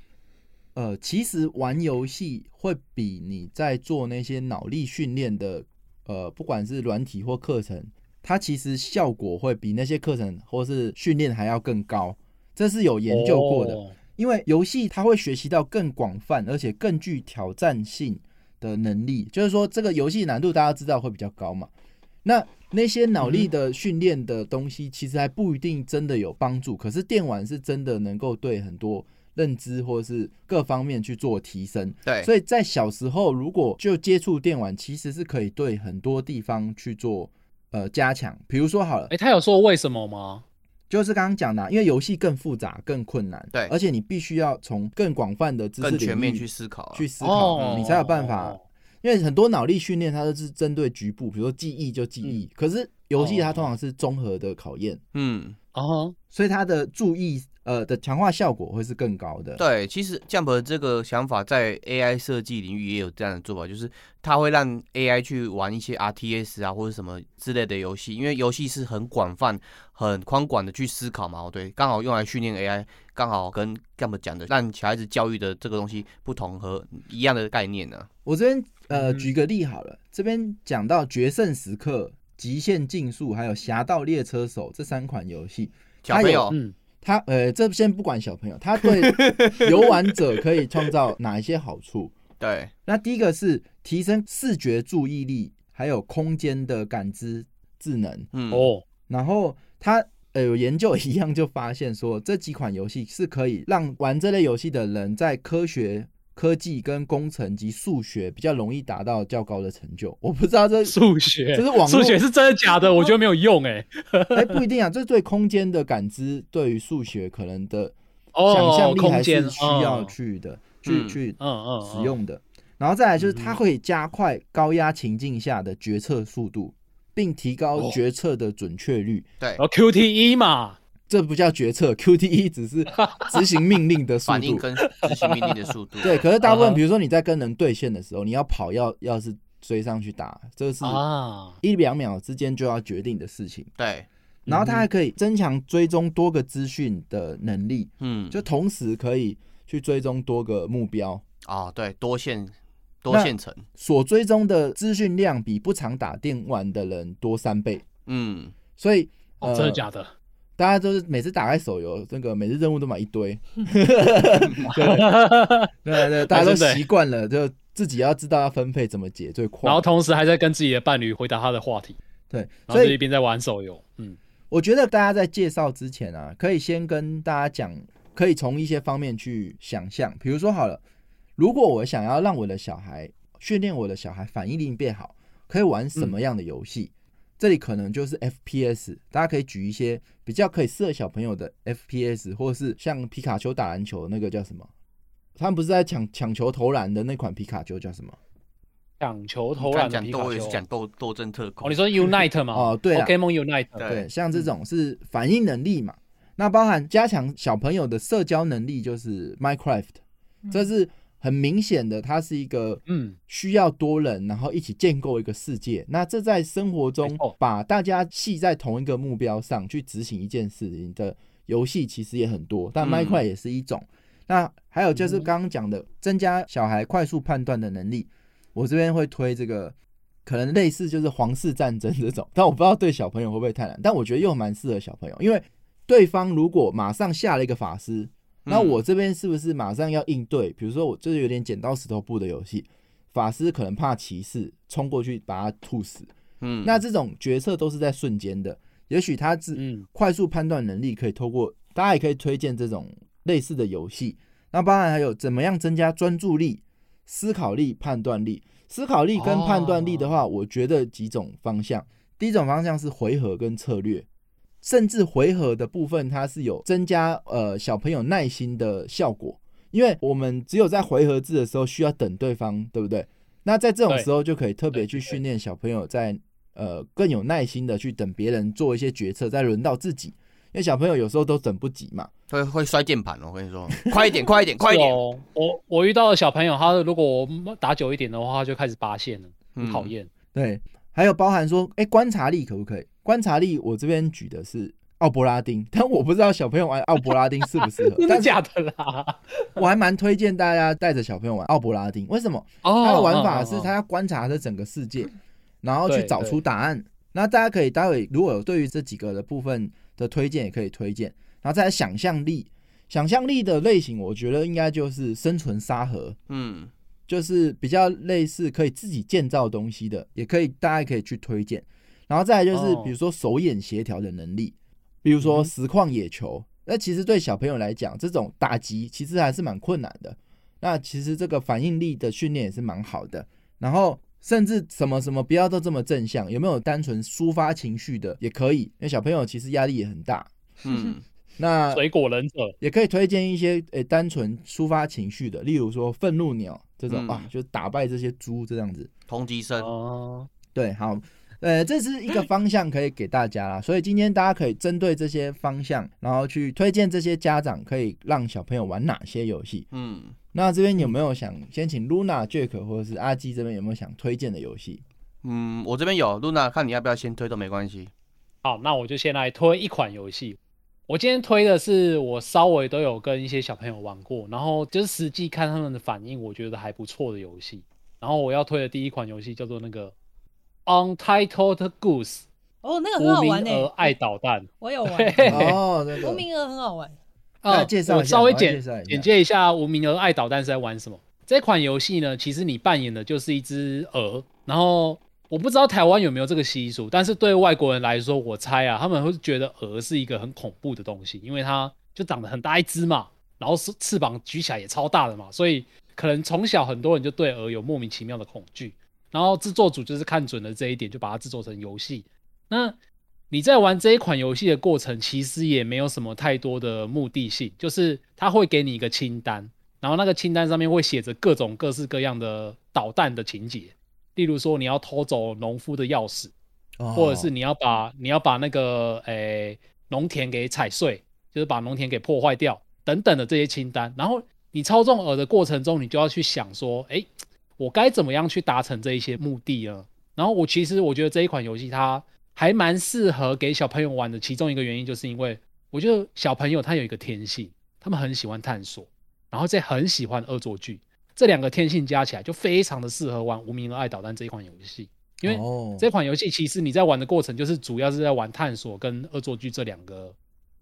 [SPEAKER 1] 呃，其实玩游戏会比你在做那些脑力训练的，呃，不管是软体或课程，它其实效果会比那些课程或是训练还要更高，这是有研究过的。
[SPEAKER 2] 哦
[SPEAKER 1] 因为游戏它会学习到更广泛而且更具挑战性的能力，就是说这个游戏难度大家知道会比较高嘛。那那些脑力的训练的东西，其实还不一定真的有帮助，可是电玩是真的能够对很多认知或是各方面去做提升。
[SPEAKER 3] 对，
[SPEAKER 1] 所以在小时候如果就接触电玩，其实是可以对很多地方去做呃加强。比如说好了，
[SPEAKER 2] 哎、他有说为什么吗？
[SPEAKER 1] 就是刚刚讲的啊、因为游戏更复杂、更困难，
[SPEAKER 3] 对
[SPEAKER 1] 而且你必须要从更广泛的知识
[SPEAKER 3] 更
[SPEAKER 1] 领域
[SPEAKER 3] 全面去思考啊，
[SPEAKER 1] 去思考，嗯
[SPEAKER 2] 哦，
[SPEAKER 1] 你才有办法。因为很多脑力训练它都是针对局部，比如说记忆就记忆，
[SPEAKER 2] 嗯
[SPEAKER 1] 可是游戏它通常是综合的考验，
[SPEAKER 3] 嗯，
[SPEAKER 2] 哦啊哈，
[SPEAKER 1] 所以它的注意呃的强化效果会是更高的。
[SPEAKER 3] 对，其实 Jump 这个想法在 AI 设计领域也有这样的做法，就是它会让 AI 去玩一些 RTS 啊或者什么之类的游戏，因为游戏是很广泛、很宽广的去思考嘛。哦，对，刚好用来训练 AI，刚好跟 Jump 讲的让小孩子教育的这个东西不同和一样的概念呢、
[SPEAKER 1] 我这边呃
[SPEAKER 2] 嗯
[SPEAKER 1] 举个例好了，这边讲到《决胜时刻》。极限竞速还有《侠盗猎车手》这三款游戏，
[SPEAKER 3] 小朋
[SPEAKER 1] 它
[SPEAKER 3] 友，
[SPEAKER 2] 嗯，
[SPEAKER 1] 它呃，这先不管小朋友，它对游玩者可以创造哪一些好处？
[SPEAKER 3] 对，
[SPEAKER 1] 那第一个是提升视觉注意力，还有空间的感知智能。
[SPEAKER 3] 嗯，
[SPEAKER 2] 哦，
[SPEAKER 1] 然后它呃有研究一样就发现说，这几款游戏是可以让玩这类游戏的人在科学、科技跟工程及数学比较容易达到较高的成就。 我不知道这
[SPEAKER 2] 数学，
[SPEAKER 1] 这是网络
[SPEAKER 2] 数学是真的假的？我觉得没有用哎、
[SPEAKER 1] 哎不一定啊，这对空间的感知对于数学可能的想
[SPEAKER 2] 哦
[SPEAKER 1] 象，力
[SPEAKER 2] 空
[SPEAKER 1] 还
[SPEAKER 2] 间
[SPEAKER 1] 是需要，
[SPEAKER 2] 嗯
[SPEAKER 1] 去的，
[SPEAKER 3] 嗯
[SPEAKER 1] 去去
[SPEAKER 2] 嗯嗯，
[SPEAKER 1] 使用的。然后再来就是它会加快高压情境下的决策速度，并提高
[SPEAKER 2] 哦
[SPEAKER 1] 决策的准确率。
[SPEAKER 3] 对
[SPEAKER 2] 然，后 QTE E 嘛，
[SPEAKER 1] 这不叫决策，QTE 只 是执行命令的速
[SPEAKER 3] 反应
[SPEAKER 1] 度。
[SPEAKER 3] 跟执行命令的速 度，
[SPEAKER 1] 对，可是大部
[SPEAKER 2] 啊
[SPEAKER 1] 分
[SPEAKER 2] 哈
[SPEAKER 1] 比如说你在跟人对线的时候，你要跑要要是追上去打，这是
[SPEAKER 2] 啊，嗯
[SPEAKER 1] 一两秒之间就要决定的事情。
[SPEAKER 3] 对，
[SPEAKER 1] 然后它还可以增强追踪多个资讯的能力，
[SPEAKER 3] 嗯，
[SPEAKER 1] 就同时可以去追踪多个目标。
[SPEAKER 3] 哦，对，多线多
[SPEAKER 1] 那
[SPEAKER 3] 线程，
[SPEAKER 1] 所追踪的资讯量比不常打电玩的人多三倍，
[SPEAKER 3] 嗯，
[SPEAKER 1] 所以、 呃
[SPEAKER 2] 哦，真的假的？
[SPEAKER 1] 大家都是每次打开手游，那个每日任务都买一 堆，对对对，大家都
[SPEAKER 2] 真的欸
[SPEAKER 1] 习惯了，就自己要知道要分配怎么解最快
[SPEAKER 2] 然。后同时还在跟自己的伴侣回答他的话题，
[SPEAKER 1] 对，
[SPEAKER 2] 然后
[SPEAKER 1] 所
[SPEAKER 2] 就一
[SPEAKER 1] 以
[SPEAKER 2] 边在玩手游，嗯，
[SPEAKER 1] 我觉得大家在介绍之前啊，可以先跟大家讲，可以从一些方面去想象，比如说好了，如果我想要让我的小孩训练我的小孩反应力变好，可以玩什么样的游戏？这里可能就是 FPS，大家可以举一些比较可以适合小朋友的 FPS，或是像皮卡丘打篮球那个叫什么？他们不是在抢抢球投篮的那款皮卡丘叫什么？
[SPEAKER 2] 抢球投
[SPEAKER 3] 你看
[SPEAKER 2] 篮的
[SPEAKER 3] 讲
[SPEAKER 2] 皮
[SPEAKER 3] 斗
[SPEAKER 2] 卡
[SPEAKER 3] 也是讲
[SPEAKER 2] 丘。
[SPEAKER 3] 斗斗争特工
[SPEAKER 2] 哦，你， 说 Unite 嘛？
[SPEAKER 1] 哦对啊
[SPEAKER 2] p o k e m o n Unite。嗯
[SPEAKER 3] 对
[SPEAKER 1] 对，像这种是反应能力嘛，那包含加强小朋友的社交能力，就是 Minecraft，这是很明显的，它是一个
[SPEAKER 2] 嗯，
[SPEAKER 1] 需要多人，然后一起建构一个世界。那这在生活中
[SPEAKER 2] 没错
[SPEAKER 1] 把大家系在同一个目标上去执行一件事情的游戏，其实也很多，但
[SPEAKER 3] 嗯
[SPEAKER 1] Minecraft 也是一种。那还有就是刚刚讲的，增加小孩快速判断的能力，我这边会推这个，可能类似就是皇室战争这种，但我不知道对小朋友会不会太难，但我觉得又蛮适合小朋友，因为对方如果马上下了一个法师，那我这边是不是马上要应对？比如说我就是有点剪刀石头布的游戏，法师可能怕骑士冲过去把他吐死，
[SPEAKER 3] 嗯，
[SPEAKER 1] 那这种决策都是在瞬间的，也许他自
[SPEAKER 2] 嗯
[SPEAKER 1] 快速判断能力可以透过，大家也可以推荐这种类似的游戏。那包含还有怎么样增加专注力、思考力、判断力。思考力跟判断力的话，我觉得几种方向。第一种方向是回合跟策略，甚至回合的部分它是有增加呃小朋友耐心的效果，因为我们只有在回合制的时候需要等对方，对不对？那在这种
[SPEAKER 2] 对
[SPEAKER 1] 时候就可以特别
[SPEAKER 2] 对
[SPEAKER 1] 去
[SPEAKER 2] 对
[SPEAKER 1] 训练小朋友在呃更有耐心的去等别人做一些决策，再轮到自己，因为小朋友有时候都等不及嘛。
[SPEAKER 3] 会会摔键盘哦，我跟你说，快一点，快一点，快一
[SPEAKER 2] 是
[SPEAKER 3] 点，
[SPEAKER 2] 哦。我我遇到的小朋友，他如果我打久一点的话，他就开始拔线了，很
[SPEAKER 3] 嗯
[SPEAKER 2] 讨厌。，
[SPEAKER 1] 对，还有包含说，哎、观察力可不可以？观察力我这边举的是奥伯拉丁，但我不知道小朋友玩奥伯拉丁适不适合
[SPEAKER 2] 真的
[SPEAKER 1] 但是
[SPEAKER 2] 假的啦？
[SPEAKER 1] 我还蛮推荐大家带着小朋友玩奥伯拉丁。为什么？
[SPEAKER 2] 哦
[SPEAKER 1] 它的玩法是
[SPEAKER 2] 嗯嗯
[SPEAKER 1] 它要观察这整个世界，然后去
[SPEAKER 2] 对
[SPEAKER 1] 找出答案。那大家可以待会如果有对于这几个的部分的推荐，也可以推荐。然后再来想象力，想象力的类型，我觉得应该就是生存沙盒，
[SPEAKER 3] 嗯
[SPEAKER 1] 就是比较类似可以自己建造东西的，也可以大家可以去推荐。然后再来就是
[SPEAKER 2] 哦
[SPEAKER 1] 比如说手眼协调的能力，比如说
[SPEAKER 2] 嗯
[SPEAKER 1] 实况野球，那其实对小朋友来讲，这种打击其实还是蛮困难的。那其实这个反应力的训练也是蛮好的。然后甚至什么什么不要都这么正向，有没有单纯抒发情绪的也可以，因为小朋友其实压力也很大。
[SPEAKER 3] 嗯，
[SPEAKER 1] 那
[SPEAKER 2] 水果忍者，
[SPEAKER 1] 也可以推荐一些诶、单纯抒发情绪的，例如说愤怒鸟这种、
[SPEAKER 3] 嗯
[SPEAKER 1] 啊，就打败这些猪这样子。
[SPEAKER 3] 同级生，
[SPEAKER 2] 哦，
[SPEAKER 1] 对，好，呃，这是一个方向可以给大家啦，所以今天大家可以针对这些方向，然后去推荐这些家长可以让小朋友玩哪些游戏。
[SPEAKER 3] 嗯，
[SPEAKER 1] 那这边有没有想先请 Luna、Jack 或者是阿基这边有没有想推荐的游戏？
[SPEAKER 3] 嗯，我这边有露娜，看你要不要先推都没关系。
[SPEAKER 2] 好，那我就先来推一款游戏。我今天推的是我稍微都有跟一些小朋友玩过，然后就是实际看他们的反应，我觉得还不错的游戏。然后我要推的第一款游戏叫做那个《Untitled Goose
[SPEAKER 5] 哦，那》，个很
[SPEAKER 2] 无
[SPEAKER 5] 好
[SPEAKER 2] 名
[SPEAKER 5] 玩呢、
[SPEAKER 2] 鹅爱捣蛋。
[SPEAKER 5] 我 有玩，
[SPEAKER 2] 嘿嘿
[SPEAKER 1] 哦，那
[SPEAKER 5] 无
[SPEAKER 1] 个
[SPEAKER 5] 名鹅很好玩，
[SPEAKER 1] 那
[SPEAKER 2] 呃
[SPEAKER 1] 介绍一
[SPEAKER 2] 我
[SPEAKER 1] 下
[SPEAKER 2] 稍微
[SPEAKER 1] 赶快介
[SPEAKER 2] 简
[SPEAKER 1] 绍一下
[SPEAKER 2] 简介一下《无名鹅爱捣蛋》是在玩什么。这款游戏呢，其实你扮演的就是一只鹅，然后我不知道台湾有没有这个习俗，但是对外国人来说，我猜啊，他们会觉得鹅是一个很恐怖的东西，因为它就长得很大一只嘛，然后是翅膀举起来也超大的嘛，所以可能从小很多人就对鹅有莫名其妙的恐惧。然后制作组就是看准了这一点，就把它制作成游戏。那你在玩这一款游戏的过程，其实也没有什么太多的目的性，就是它会给你一个清单，然后那个清单上面会写着各种各式各样的捣蛋的情节，例如说你要偷走农夫的钥匙，或者是
[SPEAKER 1] 哦
[SPEAKER 2] 你要把你要把那个诶农田给踩碎，就是把农田给破坏掉等等的这些清单。然后你操纵鹅的过程中，你就要去想说，诶，我该怎么样去达成这一些目的呢？然后我其实我觉得这一款游戏它还蛮适合给小朋友玩的，其中一个原因就是因为我觉得小朋友他有一个天性，他们很喜欢探索，然后再很喜欢恶作剧，这两个天性加起来就非常的适合玩《无名的爱捣蛋》这一款游戏，因为
[SPEAKER 1] 哦
[SPEAKER 2] 这款游戏其实你在玩的过程，就是主要是在玩探索跟恶作剧这两个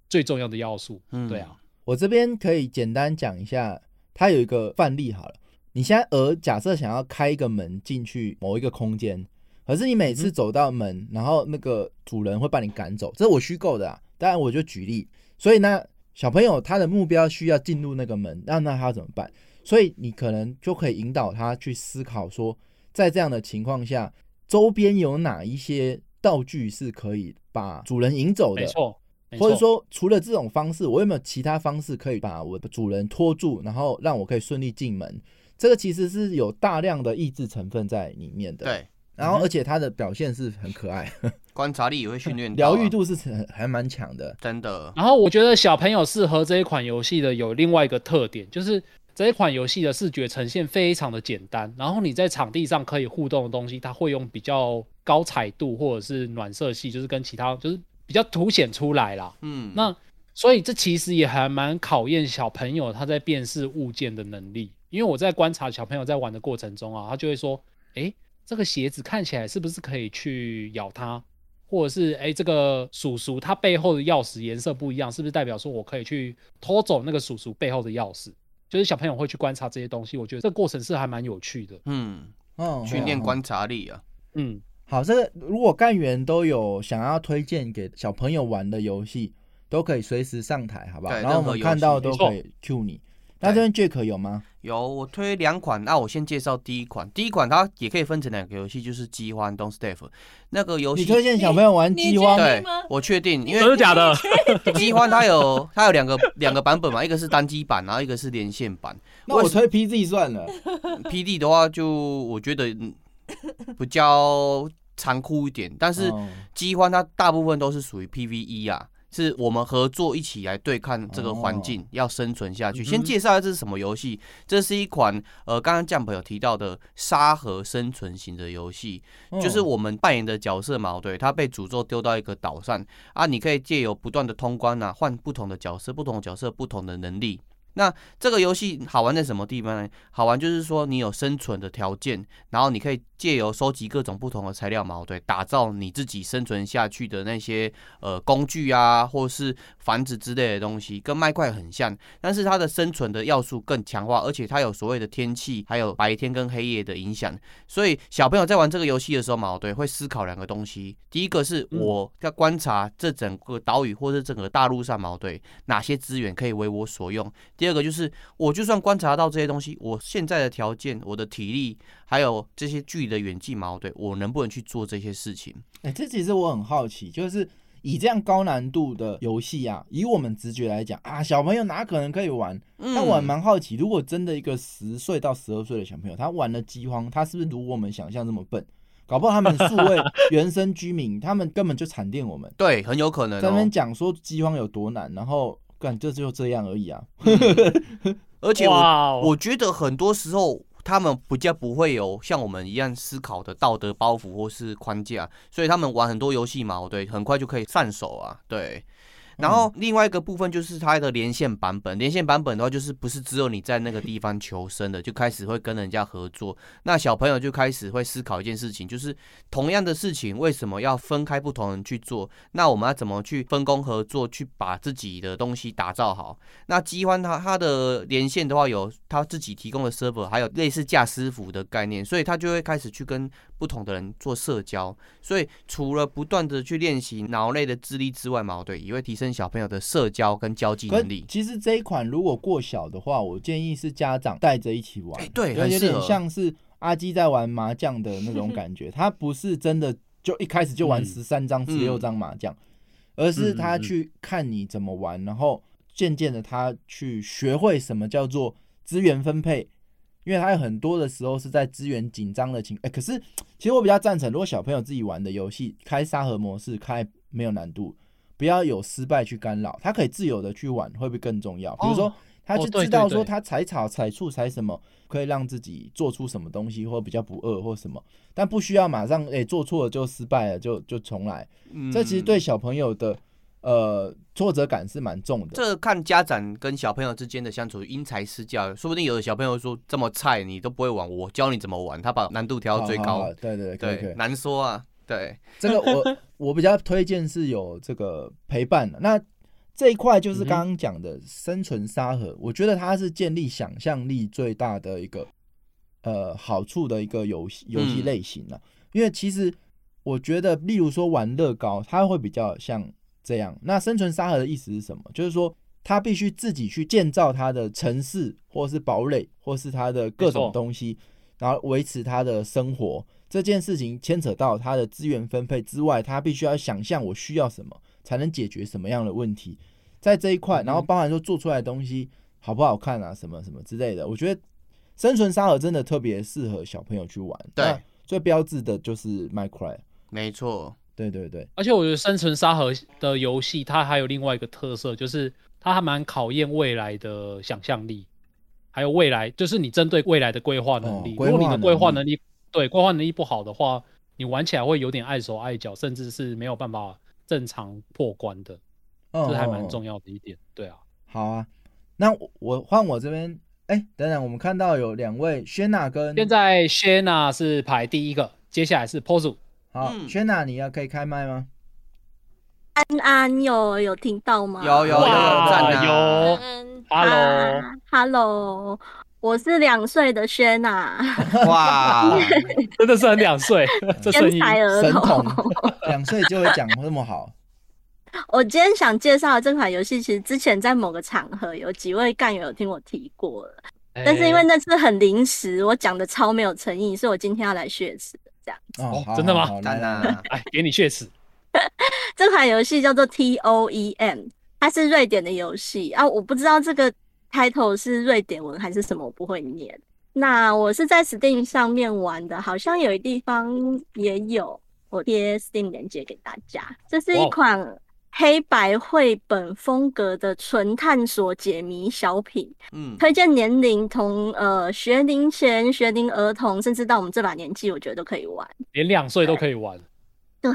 [SPEAKER 2] 最重要的要素。
[SPEAKER 3] 嗯
[SPEAKER 2] 对啊，
[SPEAKER 1] 我这边可以简单讲一下，它有一个范例好了。你现在鹅假设想要开一个门进去某一个空间，可是你每
[SPEAKER 2] 嗯
[SPEAKER 1] 次走到门，然后那个主人会把你赶走，这是我虚构的啊。当然我就举例，所以呢，小朋友他的目标需要进入那个门，那那他要怎么办？所以你可能就可以引导他去思考说，在这样的情况下，周边有哪一些道具是可以把主人引走的？
[SPEAKER 2] 没错，没
[SPEAKER 1] 或者
[SPEAKER 2] 错
[SPEAKER 1] 说，除了这种方式，我有没有其他方式可以把我的主人拖住，然后让我可以顺利进门？这个其实是有大量的益智成分在里面的。，
[SPEAKER 3] 对，啊
[SPEAKER 1] 然后而且它的表现是很可 爱，
[SPEAKER 3] 观察力也会 训练到啊
[SPEAKER 1] 疗愈，度是很还蛮强的。
[SPEAKER 3] 真的，
[SPEAKER 2] 然后我觉得小朋友适合这一款游戏的有另外一个特点，就是这一款游戏的视觉呈现非常的简单，然后你在场地上可以互动的东西，它会用比较高彩度或者是暖色系，就是跟其他就是比较凸显出来啦。
[SPEAKER 3] 嗯，
[SPEAKER 2] 那所以这其实也还蛮考验小朋友他在辨识物件的能力，因为我在观察小朋友在玩的过程中啊，他就会说，诶，这个鞋子看起来是不是可以去咬它，或者是诶，这个鼠鼠它背后的钥匙颜色不一样，是不是代表说我可以去偷走那个鼠鼠背后的钥匙？就是小朋友会去观察这些东西，我觉得这个过程是还蛮有趣的。
[SPEAKER 3] 嗯，
[SPEAKER 1] 嗯，
[SPEAKER 3] 训练
[SPEAKER 1] 嗯
[SPEAKER 3] 观察力啊，
[SPEAKER 2] 嗯，
[SPEAKER 1] 好，这个如果干员都有想要推荐给小朋友玩的游戏，都可以随时上台，好不好？
[SPEAKER 3] 对
[SPEAKER 1] 然后我们
[SPEAKER 3] 任何游戏
[SPEAKER 1] 看到都
[SPEAKER 2] 没错
[SPEAKER 1] 可以 Q 你。那这边 Jack 有吗？
[SPEAKER 3] 有，我推两款，那我先介绍第一款。第一款它也可以分成两个游戏，就是《饥荒 Don't Starve》那个游
[SPEAKER 1] 你
[SPEAKER 3] 戏。
[SPEAKER 1] 推荐小朋友玩
[SPEAKER 4] 你
[SPEAKER 1] 饥荒
[SPEAKER 4] 确
[SPEAKER 3] 对
[SPEAKER 4] 定吗，
[SPEAKER 3] 我确定，因
[SPEAKER 2] 真的
[SPEAKER 3] 为
[SPEAKER 2] 假的？
[SPEAKER 3] 饥荒它有它有两个两个版本嘛，一个是单机版，然后一个是连线版。
[SPEAKER 1] 那我
[SPEAKER 3] 为什
[SPEAKER 1] 推 PZ 算 了。
[SPEAKER 3] PD 的话，就我觉得嗯比较残酷一点，但是
[SPEAKER 1] 哦
[SPEAKER 3] 饥荒它大部分都是属于 PVE 啊，是我们合作一起来对抗这个环境，要生存下去。
[SPEAKER 2] 哦嗯哼
[SPEAKER 3] 先介绍一下这是什么游戏，这是一款呃刚刚酱朋友提到的沙盒生存型的游戏，
[SPEAKER 2] 哦
[SPEAKER 3] 就是我们扮演的角色嘛，对，他被诅咒丢到一个岛上啊，你可以借由不断的通关啊，换不同的角色，不同的角色不同的能力。那这个游戏好玩在什么地方呢？好玩就是说你有生存的条件，然后你可以借由收集各种不同的材料嘛，对，打造你自己生存下去的那些呃工具啊，或是繁殖之类的东西，跟麦块很像，但是它的生存的要素更强化，而且它有所谓的天气，还有白天跟黑夜的影响。所以小朋友在玩这个游戏的时候嘛，对，会思考两个东西。第一个是
[SPEAKER 2] 嗯
[SPEAKER 3] 我哦要观察这整个岛屿或者整个大陆上嘛，对，哪些资源可以为我所用。第二个就是我就算观察到这些东西，我现在的条件、我的体力，还有这些距离的远近嘛，对，我能不能去做这些事情？
[SPEAKER 1] 哎、这其实我很好奇，就是以这样高难度的游戏啊，以我们直觉来讲啊，小朋友哪可能可以玩？
[SPEAKER 3] 嗯
[SPEAKER 1] 但我还蛮好奇，如果真的一个十岁到十二岁的小朋友，他玩了饥荒，他是不是如我们想象这么笨？搞不好他们数 位原生居民，他们根本就惨电我们，
[SPEAKER 3] 对，很有可能、
[SPEAKER 1] 在那边
[SPEAKER 3] 哦。
[SPEAKER 1] 讲说饥荒有多难，然后干这就这样而已啊。
[SPEAKER 3] 而且我
[SPEAKER 2] 哇哦，
[SPEAKER 3] 我觉得很多时候他们比较不会有像我们一样思考的道德包袱或是框架，所以他们玩很多游戏嘛，对，很快就可以上手啊，对。然
[SPEAKER 2] 嗯
[SPEAKER 3] 后另外一个部分就是它的连线版本，连线版本的话就是不是只有你在那个地方求生的，就开始会跟人家合作。那小朋友就开始会思考一件事情，就是同样的事情为什么要分开不同人去做？那我们要怎么去分工合作，去把自己的东西打造好？那机欢它它的连线的话，有它自己提供的 server，还有类似驾驶服的概念，所以它就会开始去跟不同的人做社交。所以除了不断的去练习脑类的智力之外嘛，哦对，也会提升小朋友的社交跟交际
[SPEAKER 1] 可
[SPEAKER 3] 能力。
[SPEAKER 1] 其实这一款如果过小的话，我建议是家长带着一起玩，
[SPEAKER 3] 哎对很
[SPEAKER 1] 有
[SPEAKER 3] 适
[SPEAKER 1] 点
[SPEAKER 3] 合
[SPEAKER 1] 像是阿基在玩麻将的那种感 觉。他不是真的就一开始就玩
[SPEAKER 2] 嗯
[SPEAKER 1] 十三张、十六
[SPEAKER 3] 嗯
[SPEAKER 1] 张麻将，而是他
[SPEAKER 2] 嗯嗯嗯
[SPEAKER 1] 去看你怎么玩，然后渐渐的他去学会什么叫做资源分配。因为他有很多的时候是在资源紧张的情，哎、可是其实我比较赞成，如果小朋友自己玩的游戏开沙盒模式，开没有难度，不要有失败去干扰，他可以自由的去玩，会不会更重要？比如说，他就
[SPEAKER 2] 哦对
[SPEAKER 1] 知道
[SPEAKER 2] 对
[SPEAKER 1] 说
[SPEAKER 2] 对
[SPEAKER 1] 他采草、采树、采什么，可以让自己做出什么东西，或比较不饿或什么，但不需要马上诶、做错了就失败了就就重来。
[SPEAKER 3] 嗯
[SPEAKER 1] 这其实对小朋友的呃挫折感是蛮重的。
[SPEAKER 3] 这看家长跟小朋友之间的相处，因材施教，说不定有的小朋友说这么菜你都不会玩，我教你怎么玩，他把难度调到最
[SPEAKER 1] 好
[SPEAKER 3] 高
[SPEAKER 1] 好好，对对对，可以可
[SPEAKER 3] 对，
[SPEAKER 1] 以。
[SPEAKER 3] 难说啊，对，
[SPEAKER 1] 这个我我比较推荐是有这个陪伴的。那这一块就是刚刚讲的生存沙盒，我觉得它是建立想象力最大的一个呃好处的一个游戏游戏
[SPEAKER 3] 嗯
[SPEAKER 1] 类型啊。因为其实我觉得，例如说玩乐高，它会比较像这样。那生存沙盒的意思是什么？就是说他必须自己去建造他的城市，或是堡垒，或是他的各
[SPEAKER 2] 没
[SPEAKER 1] 种
[SPEAKER 2] 错
[SPEAKER 1] 东西，然后维持他的生活。这件事情牵扯到他的资源分配之外，他必须要想象我需要什么，才能解决什么样的问题，在这一
[SPEAKER 3] 嗯
[SPEAKER 1] 块，然后包含说做出来的东西好不好看啊，什么什么之类的。我觉得生存沙盒真的特别适合小朋友去玩。
[SPEAKER 3] 对
[SPEAKER 1] 那最标志的就是 Minecraft。
[SPEAKER 3] 没错，
[SPEAKER 1] 对对对，
[SPEAKER 2] 而且我觉得生存沙盒的游戏，它还有另外一个特色，就是它还蛮考验未来的想象力，还有未来，就是你针对未来的规划能力。
[SPEAKER 1] 哦规划
[SPEAKER 2] 如果你的规划
[SPEAKER 1] 能
[SPEAKER 2] 能力对规划能力不好的话，你玩起来会有点碍手碍脚，甚至是没有办法正常破关的，
[SPEAKER 1] 嗯，
[SPEAKER 2] 这还
[SPEAKER 1] 嗯
[SPEAKER 2] 蛮
[SPEAKER 1] 嗯
[SPEAKER 2] 重要的一点。对啊，
[SPEAKER 1] 好啊，那我我换我这边，哎、等等，我们看到有两位轩娜跟
[SPEAKER 2] 现在 Shana 是排第一个，接下来是 Pozu。
[SPEAKER 1] 好，
[SPEAKER 3] 嗯
[SPEAKER 1] 轩娜，你要可以开麦吗？
[SPEAKER 5] 安安有有听到吗？
[SPEAKER 3] 有有有有
[SPEAKER 2] 哇
[SPEAKER 3] 赞啊！
[SPEAKER 2] 有
[SPEAKER 4] 嗯，
[SPEAKER 2] Hello，
[SPEAKER 5] 啊，Hello，我是两岁的轩啊，
[SPEAKER 3] 哇，
[SPEAKER 2] 真的是很两岁，这声
[SPEAKER 5] 天
[SPEAKER 2] 音
[SPEAKER 5] 才儿
[SPEAKER 1] 神童
[SPEAKER 5] 童。，
[SPEAKER 1] 两岁就会讲那么好，
[SPEAKER 5] 我今天想介绍的这款游戏，其实之前在某个场合有几位干友有听我提过了，但是因为
[SPEAKER 2] 哎
[SPEAKER 5] 那次很临时，我讲的超没有诚意，所以我今天要来血池。这样，
[SPEAKER 1] 哦
[SPEAKER 2] 哦，
[SPEAKER 1] 好
[SPEAKER 2] 真的吗
[SPEAKER 1] 好好来
[SPEAKER 3] 赞
[SPEAKER 1] 来来，
[SPEAKER 3] 啊！
[SPEAKER 2] 哎，给你血池。
[SPEAKER 5] 这款游戏叫做 T O E M，它是瑞典的游戏啊，我不知道这个 title 是瑞典文还是什么，我不会念。那我是在 Steam 上面玩的，好像有一地方也有，我贴 Steam 链接给大家。这是
[SPEAKER 2] 哇
[SPEAKER 5] 一
[SPEAKER 2] 哦
[SPEAKER 5] 款黑白绘本风格的纯探索解谜小品，
[SPEAKER 3] 嗯，
[SPEAKER 5] 推荐年龄从呃学龄前、学龄儿童，甚至到我们这把年纪，我觉得都可以玩。
[SPEAKER 2] 连两岁都可以玩，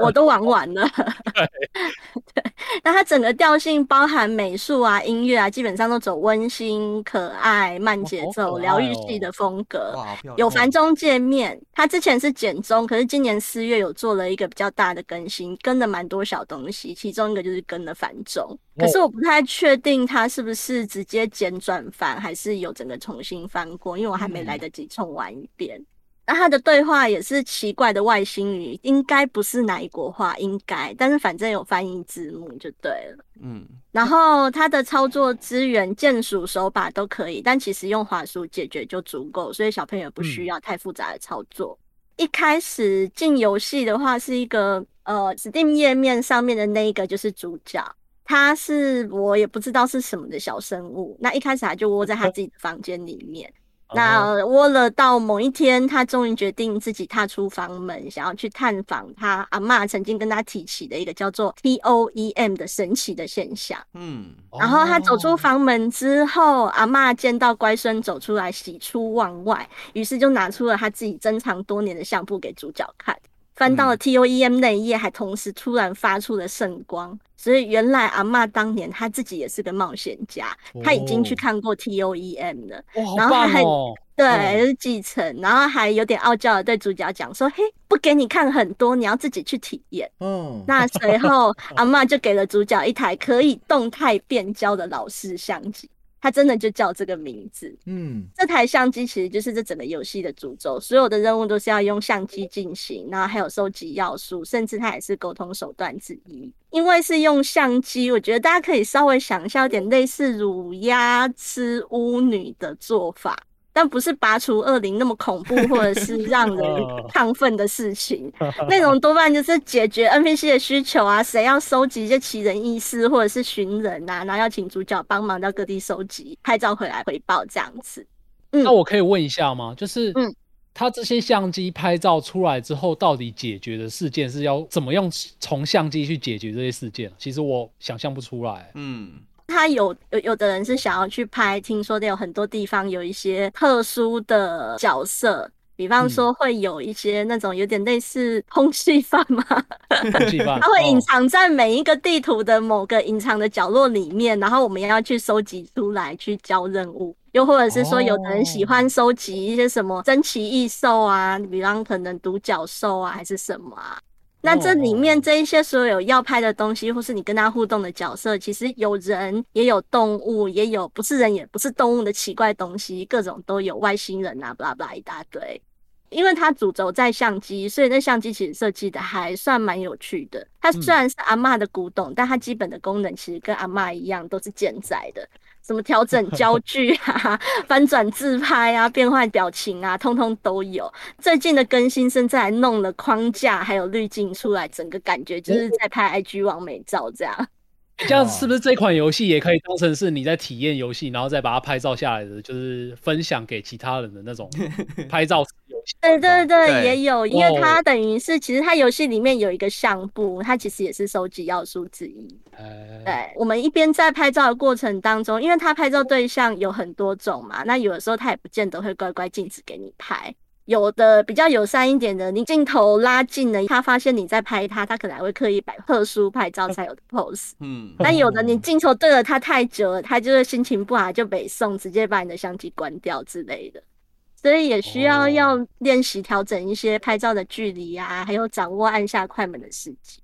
[SPEAKER 5] 我都玩完了。 对，那它整个调性包含美术啊、音乐啊，基本上都走温馨、可爱、慢节
[SPEAKER 2] 好可
[SPEAKER 5] 奏、
[SPEAKER 2] 爱
[SPEAKER 5] 疗愈
[SPEAKER 2] 哦
[SPEAKER 5] 系的风格。
[SPEAKER 3] 哇，好漂亮！
[SPEAKER 5] 有繁中界面，它之前是简中，可是今年四月有做了一个比较大的更新，跟了蛮多小东西，其中一个就是跟了繁中。可
[SPEAKER 2] 哦
[SPEAKER 5] 是我不太确定它是不是直接简转繁，还是有整个重新翻过，因为我还没来得及重玩一遍。那它的对话也是奇怪的外星语，应该不是哪一国话，应该，但是反正有翻译字幕就对了。
[SPEAKER 3] 嗯，
[SPEAKER 5] 然后它的操作资源、键鼠、手把都可以，但其实用滑鼠解决就足够，所以小朋友不需要太复杂的操作。一开始进游戏的话，是一个呃 Steam 页面上面的那一个就是主角，他是我也不知道是什么的小生物。那一开始他就窝在他自己的房间里面，
[SPEAKER 2] 哦
[SPEAKER 5] 那窝了到某一天，他终于决定自己踏出房门，想要去探访他阿嬷曾经跟他提起的一个叫做 T O E M 的神奇的现象。
[SPEAKER 3] 嗯，
[SPEAKER 5] 然后他走出
[SPEAKER 2] 哦
[SPEAKER 5] 房门之后，阿嬷见到乖孙走出来，喜出望外，于是就拿出了他自己珍藏多年的相簿给主角看。翻
[SPEAKER 2] 嗯
[SPEAKER 5] 到了 T O E M 那一页，还同时突然发出了圣光，所以原来阿嬷当年她自己也是个冒险家，她已经去
[SPEAKER 1] 哦
[SPEAKER 5] 看过 T O E M 了。
[SPEAKER 2] 哇，好
[SPEAKER 5] 然后
[SPEAKER 2] 棒
[SPEAKER 5] 还
[SPEAKER 2] 哦！
[SPEAKER 5] 对，就是继承，然后还有点傲娇的对主角讲说：“嘿，不给你看很多，你要自己去体验。”
[SPEAKER 1] 嗯，
[SPEAKER 5] 那随 后，阿嬷就给了主角一台可以动态变焦的老式相机，它真的就叫这个名字。
[SPEAKER 1] 嗯，
[SPEAKER 5] 这台相机其实就是这整个游戏的主轴，所有的任务都是要用相机进行，然后还有收集要素，甚至它也是沟通手段之一。因为是用相机，我觉得大家可以稍微想一下，有点类似乳鸦吃巫女的做法，但不是拔除恶灵那么恐怖，或者是让人亢奋的事情。那种多半就是解决 NPC 的需求啊，谁要收集一些奇人异事，或者是寻人啊，然后要请主角帮忙到各地收集，拍照回来回报这样子。
[SPEAKER 2] 那我可以问一下吗？就是，
[SPEAKER 5] 嗯
[SPEAKER 2] 他这些相机拍照出来之后，到底解决的事件是要怎么用从相机去解决这些事件？其实我想象不出来。
[SPEAKER 3] 嗯，
[SPEAKER 5] 他有有有的人是想要去拍，听说的有很多地方有一些特殊的角色，比
[SPEAKER 2] 嗯
[SPEAKER 5] 方说会有一些那种有点类似空气犯嘛，
[SPEAKER 2] 空气饭，
[SPEAKER 5] 它会隐
[SPEAKER 2] 哦
[SPEAKER 5] 藏在每一个地图的某个隐藏的角落里面，然后我们要去收集出来去交任务。又或者是说，有的人喜
[SPEAKER 2] 哦
[SPEAKER 5] 欢收集一些什么珍奇异兽啊，比方可能独角兽啊，还是什么啊。那这里面这一些所有要拍的东西，或是你跟他互动的角色，其实有人，也有动物，也有不是人也不是动物的奇怪东西，各种都有，外星人啊，巴拉巴拉一大堆。因为它主轴在相机，所以那相机其实设计的还算蛮有趣的。它虽然是阿嬷的古董，但它基本的功能其实跟阿嬷一样都是健在的，什么调整焦距啊、翻转自拍啊、变换表情啊，通通都有。最近的更新甚至还弄了框架还有滤镜出来，整个感觉就是在拍 IG 完美照这样。
[SPEAKER 2] 这样是不是这款游戏也可以当成是你在体验游戏，然后再把它拍照下来的，就是分享给其他人的 那种拍照式游戏？
[SPEAKER 5] 对对对，
[SPEAKER 3] 对
[SPEAKER 5] 也有，因为
[SPEAKER 2] 哦
[SPEAKER 5] 它等于是其实它游戏里面有一个项目，它其实也是收集要素之一。
[SPEAKER 3] 呃
[SPEAKER 2] 哎，
[SPEAKER 5] 对，我们一边在拍照的过程当中，因为他拍照对象有很多种嘛，那有的时候他也不见得会乖乖禁止给你拍。有的比较友善一点的，你镜头拉近了，他发现你在拍他，他可能还会刻意摆特殊拍照才有的 pose。
[SPEAKER 3] 哦嗯，
[SPEAKER 5] 那有的你镜头对了他太久了，他就会心情不好就北送，直接把你的相机关掉之类的。所以也需要
[SPEAKER 2] 哦
[SPEAKER 5] 要练习调整一些拍照的距离啊，还有掌握按下快门的时机。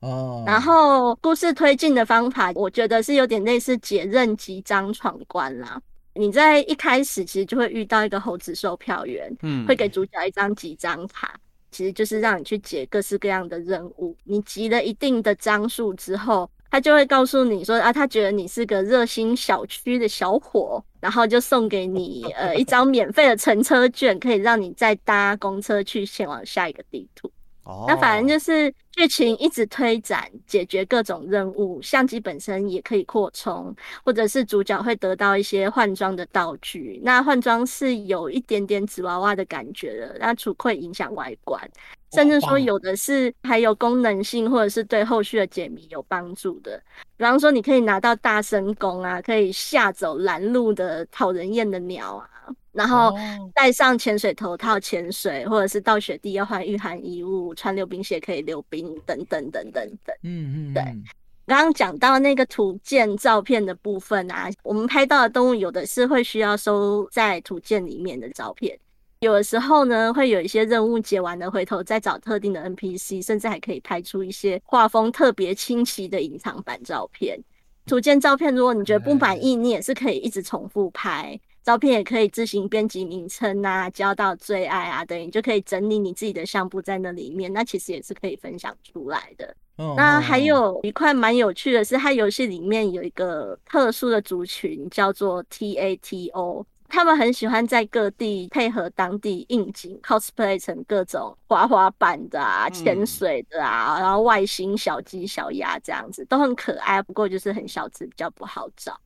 [SPEAKER 1] 哦，
[SPEAKER 5] 然后故事推进的方法，我觉得是有点类似解任即章闯关啦。你在一开始其实就会遇到一个猴子售票员，
[SPEAKER 3] 嗯
[SPEAKER 5] 会给主角一张集章卡，其实就是让你去解各式各样的任务。你集了一定的章数之后，他就会告诉你说啊，他觉得你是个热心小区的小伙，然后就送给你呃一张免费的乘车券，可以让你再搭公车去前往下一个地图。
[SPEAKER 3] 哦，
[SPEAKER 5] 那反正就是剧情一直推展，解决各种任务，相机本身也可以扩充，或者是主角会得到一些换装的道具。那换装是有一点点纸娃娃的感觉的，那除会影响外观，甚至说
[SPEAKER 2] 棒哦
[SPEAKER 5] 有的是还有功能性，或者是对后续的解谜有帮助的。比方说，你可以拿到大声弓啊，可以吓走拦路的讨人厌的鸟啊，然后
[SPEAKER 2] 哦
[SPEAKER 5] 戴上潜水头套潜水，或者是到雪地要换御寒衣物，穿溜冰鞋可以溜冰，等等等等等。
[SPEAKER 1] 嗯嗯
[SPEAKER 5] 对
[SPEAKER 1] 嗯，
[SPEAKER 5] 刚刚讲到那个图鉴照片的部分啊，我们拍到的动物有的是会需要收在图鉴里面的照片，有的时候呢会有一些任务解完了，回头再找特定的 NPC，甚至还可以拍出一些画风特别清奇的隐藏版照片。图鉴照片，如果你觉得不满意，你也是可以一直重复拍。照片也可以自行编辑名称啊，交到最爱啊，等于就可以整理你自己的相簿在那里面，那其实也是可以分享出来的。
[SPEAKER 6] 嗯
[SPEAKER 1] 哦
[SPEAKER 5] 那还，
[SPEAKER 1] 哦
[SPEAKER 5] 有一块蛮有趣的是，它游戏里面有一个特殊的族群叫做 TATO，他们很喜欢在各地配合当地应景 cosplay 成各种滑滑板的啊、潜
[SPEAKER 3] 嗯
[SPEAKER 5] 水的啊，然后外星小鸡、小鸭这样子，都很可爱。不过就是很小只，比较不好找。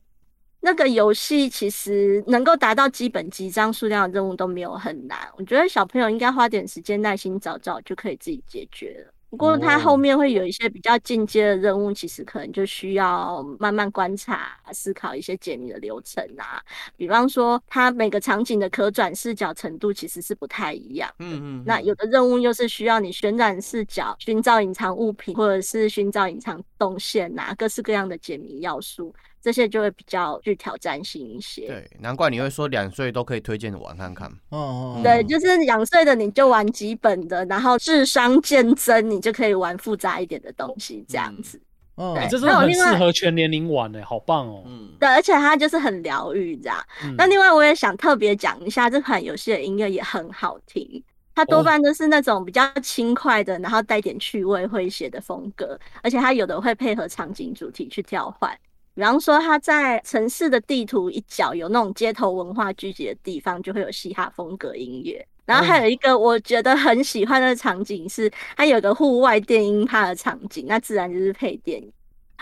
[SPEAKER 5] 那个游戏其实能够达到基本集章数量的任务都没有很难，我觉得小朋友应该花点时间耐心找找就可以自己解决了。不过它后面会有一些比较进阶的任务，其实可能就需要慢慢观察、思考一些解谜的流程啊。比方说，它每个场景的可转视角程度其实是不太一样。
[SPEAKER 3] 嗯嗯，
[SPEAKER 1] 哎
[SPEAKER 5] 那有的任务又是需要你旋转视角寻找隐藏物品，或者是寻找隐藏动线呐、各式各样的解谜要素，这些就会比较具挑战性一些。
[SPEAKER 3] 对，难怪你会说两岁都可以推荐玩看看。嗯
[SPEAKER 1] 哦哦，
[SPEAKER 5] 对，
[SPEAKER 1] 哦
[SPEAKER 5] 就是两岁的你就玩基本的，然后智商渐增，你就可以玩复杂一点的东西，这样子。
[SPEAKER 1] 哦
[SPEAKER 5] 对
[SPEAKER 2] 欸这真
[SPEAKER 5] 那
[SPEAKER 2] 的
[SPEAKER 5] 我
[SPEAKER 2] 很
[SPEAKER 5] 另
[SPEAKER 2] 适
[SPEAKER 5] 外
[SPEAKER 2] 合全年龄玩诶，好棒哦！
[SPEAKER 3] 嗯，
[SPEAKER 5] 对，而且它就是很疗愈这样。
[SPEAKER 2] 嗯
[SPEAKER 5] 那另外我也想特别讲一下，这款游戏的音乐也很好听，它多
[SPEAKER 2] 哦
[SPEAKER 5] 半都是那种比较轻快的，然后带点趣味诙谐的风格，而且它有的会配合场景主题去调换。比方说，它在城市的地图一角有那种街头文化聚集的地方，就会有嘻哈风格音乐。然后
[SPEAKER 2] 哦
[SPEAKER 5] 还有一个我觉得很喜欢的场景是，它有个户外电音趴的场景，那自然就是配电音。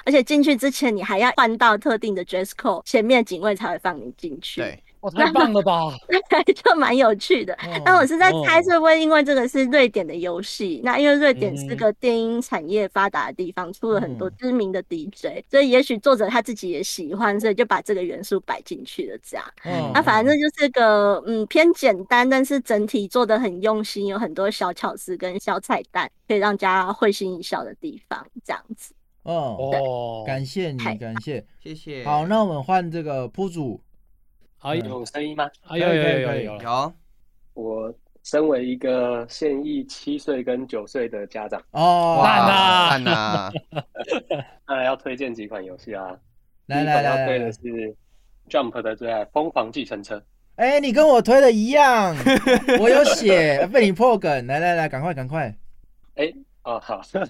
[SPEAKER 5] 而且进去之前，你还要换到特定的 dress code，前面警卫才会放你进去。
[SPEAKER 3] 对，
[SPEAKER 2] 哇，太棒 了吧！
[SPEAKER 5] 就蛮有趣的。那我是在猜，
[SPEAKER 2] 哦
[SPEAKER 5] 是不会因为这个是瑞典的游戏？那因为瑞典是
[SPEAKER 2] 嗯
[SPEAKER 5] 个电音产业发达的地方，出了很多
[SPEAKER 1] 嗯
[SPEAKER 5] 知名的 DJ，所以也许作者他自己也喜欢，所以就把这个元素摆进去了。这样，
[SPEAKER 1] 哦
[SPEAKER 5] 那反正就是个嗯偏简单，但是整体做的很用心，有很多小巧思跟小彩蛋，可以让大家会心一笑的地方。这样子，
[SPEAKER 1] 哦，
[SPEAKER 2] 哦，
[SPEAKER 1] 感谢你，
[SPEAKER 5] 太
[SPEAKER 1] 感谢。
[SPEAKER 3] 谢谢。
[SPEAKER 1] 好，那我们换这个铺主，
[SPEAKER 2] 哎呦，
[SPEAKER 7] 有声音吗？
[SPEAKER 2] 哎呦，有
[SPEAKER 1] 可以
[SPEAKER 2] 有有
[SPEAKER 1] 可以
[SPEAKER 2] 有有，
[SPEAKER 3] 好，
[SPEAKER 7] 我身为一个现役七岁跟九岁的家长，
[SPEAKER 1] 哦，
[SPEAKER 2] 烂啊
[SPEAKER 3] 烂 啊！
[SPEAKER 7] 那要推荐几款游戏啊。
[SPEAKER 1] 来
[SPEAKER 7] 第一
[SPEAKER 1] 来
[SPEAKER 7] 款要
[SPEAKER 1] 来
[SPEAKER 7] 推
[SPEAKER 1] 来
[SPEAKER 7] 的
[SPEAKER 1] 来，
[SPEAKER 7] 是 Jump 的最爱《疯狂计程车》。
[SPEAKER 1] 哎，你跟我推的一样，我有写， 被你破梗，来来来，赶快赶快，
[SPEAKER 7] 哦，好， 《疯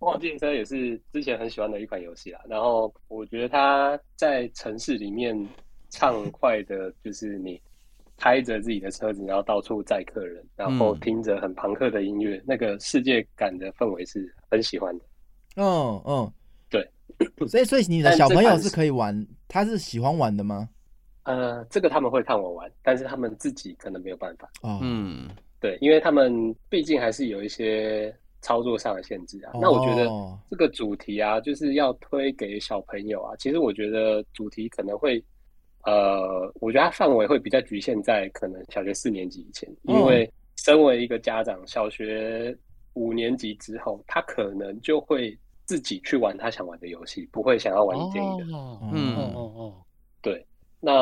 [SPEAKER 7] 狂计程车》也是之前很喜欢的一款游戏啦。然后我觉得它在城市里面畅快的，就是你开着自己的车子，然后到处载客人，然后
[SPEAKER 3] 嗯
[SPEAKER 7] 听着很朋克的音乐，那个世界感的氛围是很喜欢的。
[SPEAKER 1] 嗯嗯，
[SPEAKER 7] 对，
[SPEAKER 1] 所以所以你的
[SPEAKER 7] 但
[SPEAKER 1] 小
[SPEAKER 7] 这
[SPEAKER 1] 朋友
[SPEAKER 7] 款
[SPEAKER 1] 是
[SPEAKER 7] 是
[SPEAKER 1] 可以玩，他是喜欢玩的吗？
[SPEAKER 7] 呃，这个他们会看我玩，但是他们自己可能没有办法。
[SPEAKER 1] 哦，
[SPEAKER 3] 嗯，
[SPEAKER 7] 对，因为他们毕竟还是有一些操作上的限制啊。那我觉得
[SPEAKER 1] 哦
[SPEAKER 7] 这个主题啊，就是要推给小朋友啊。其实我觉得主题可能会，呃，我觉得它范围会比较局限在可能小学四年级以前，因
[SPEAKER 1] 嗯
[SPEAKER 7] 为身为一个家长，小学五年级之后，他可能就会自己去玩他想玩的游戏，不会想要玩你建议的。
[SPEAKER 2] 哦
[SPEAKER 3] 嗯
[SPEAKER 2] 哦哦哦，
[SPEAKER 7] 那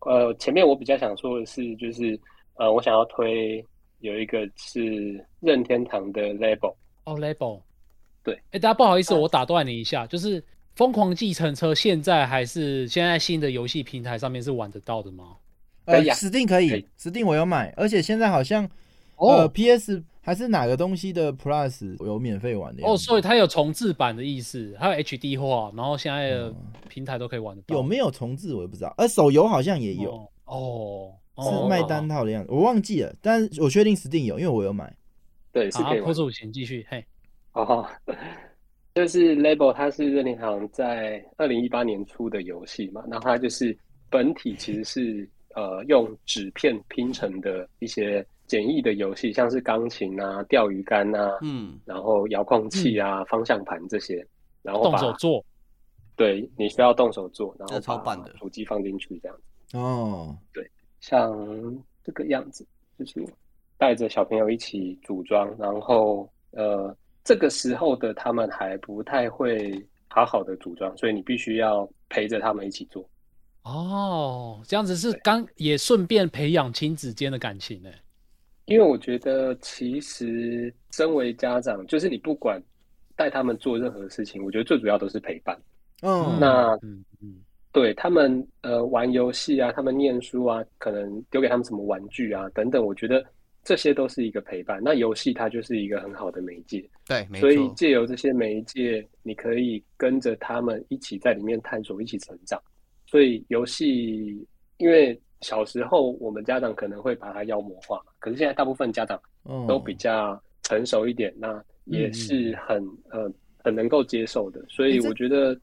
[SPEAKER 7] 呃，前面我比较想说的是，就是呃，我想要推有一个是任天堂的 Label，
[SPEAKER 2] 哦，label，
[SPEAKER 7] 对呃
[SPEAKER 2] 哎、大家不好意思，我打断你一下，就是《疯狂计程车》现在还是现在新的游戏平台上面是玩得到的吗？
[SPEAKER 1] 呃
[SPEAKER 7] 可以啊
[SPEAKER 1] ，Steam 可
[SPEAKER 7] 可
[SPEAKER 1] 以
[SPEAKER 7] 以
[SPEAKER 1] ，Steam 我有买，而且现在好像
[SPEAKER 2] 哦
[SPEAKER 1] 呃 PS 还是哪个东西的 Plus 有免费玩的样
[SPEAKER 2] 哦，
[SPEAKER 1] 子
[SPEAKER 2] 所以它有重置版的意思，还有 HD 化，然后现在的
[SPEAKER 1] 嗯
[SPEAKER 2] 平台都可以玩得到。
[SPEAKER 1] 有没有重置我也不知道，而呃手游好像也有，
[SPEAKER 2] 哦？哦，哦
[SPEAKER 1] 是卖单
[SPEAKER 2] 啊
[SPEAKER 1] 套的样子，我忘记了，但是我确定 Steam 有，因为我有买。
[SPEAKER 7] 对，是
[SPEAKER 2] 好，
[SPEAKER 7] 可以
[SPEAKER 2] 坡
[SPEAKER 7] 玩的。
[SPEAKER 2] 主请继续。嘿，
[SPEAKER 7] 哦， 就是 Label，它是任天堂在二零一八年出的游戏嘛，然后它就是本体其实是呃用纸片拼成的一些简易的游戏，像是钢琴啊、钓鱼竿啊，
[SPEAKER 3] 嗯，
[SPEAKER 7] 然后遥控器啊、方向盘这些，然后
[SPEAKER 2] 动
[SPEAKER 7] 把
[SPEAKER 2] 手做，
[SPEAKER 7] 对你需要动手做，然
[SPEAKER 3] 这
[SPEAKER 7] 后
[SPEAKER 3] 超
[SPEAKER 7] 把
[SPEAKER 3] 棒的
[SPEAKER 7] 主机放进去这样。
[SPEAKER 1] 哦，
[SPEAKER 7] 像这个样子，就是带着小朋友一起组装，然后呃，这个时候的他们还不太会好好的组装，所以你必须要陪着他们一起做。
[SPEAKER 2] 哦，这样子是
[SPEAKER 7] 对
[SPEAKER 2] 刚也顺便培养亲子间的感情呢。
[SPEAKER 7] 因为我觉得，其实身为家长，就是你不管带他们做任何事情，我觉得最主要都是陪伴。
[SPEAKER 1] 嗯，
[SPEAKER 7] 那
[SPEAKER 2] 嗯嗯，
[SPEAKER 7] 对他们呃玩游戏啊，他们念书啊，可能丢给他们什么玩具啊等等，我觉得这些都是一个陪伴。那游戏它就是一个很好的媒介。
[SPEAKER 3] 对，没
[SPEAKER 7] 所以
[SPEAKER 3] 错，
[SPEAKER 7] 借由这些媒介，你可以跟着他们一起在里面探索，一起成长。所以游戏，因为小时候我们家长可能会把它妖魔化嘛，可是现在大部分家长
[SPEAKER 1] 嗯
[SPEAKER 7] 都比较成熟一点，那也是很呃很能够接受的。所以
[SPEAKER 1] 诶这
[SPEAKER 7] 我觉得，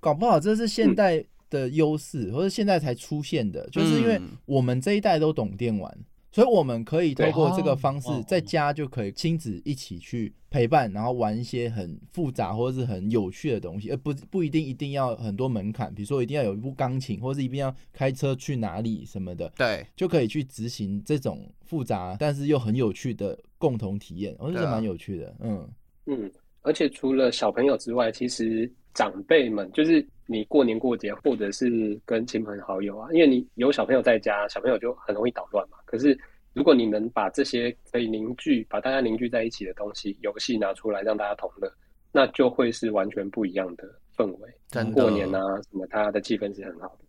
[SPEAKER 1] 搞不好这是
[SPEAKER 3] 嗯
[SPEAKER 1] 现代的优势，或者现在才出现的，就是因为
[SPEAKER 3] 嗯
[SPEAKER 1] 我们这一代都懂电玩，所以我们可以透
[SPEAKER 7] 对
[SPEAKER 1] 过这个方
[SPEAKER 2] 哦
[SPEAKER 1] 式
[SPEAKER 2] 哦，
[SPEAKER 1] 在家就可以亲子一起去陪伴，然后玩一些很复杂或者是很有趣的东西，而呃不不一定一定要很多门槛，比如说一定要有一部钢琴，或是一定要开车去哪里什么的。
[SPEAKER 3] 对，
[SPEAKER 1] 就可以去执行这种复杂但是又很有趣的共同体验，我觉得
[SPEAKER 3] 对啊
[SPEAKER 1] 蛮有趣的。嗯，
[SPEAKER 7] 嗯，而且除了小朋友之外，其实长辈们就是你过年过节，或者是跟亲朋好友啊，因为你有小朋友在家，小朋友就很容易捣乱嘛。可是如果你能把这些可以凝聚、把大家凝聚在一起的东西，游戏拿出来让大家同乐，那就会是完全不一样的氛围。
[SPEAKER 3] 真的
[SPEAKER 7] 过年啊，什么，大家的气氛是很好的。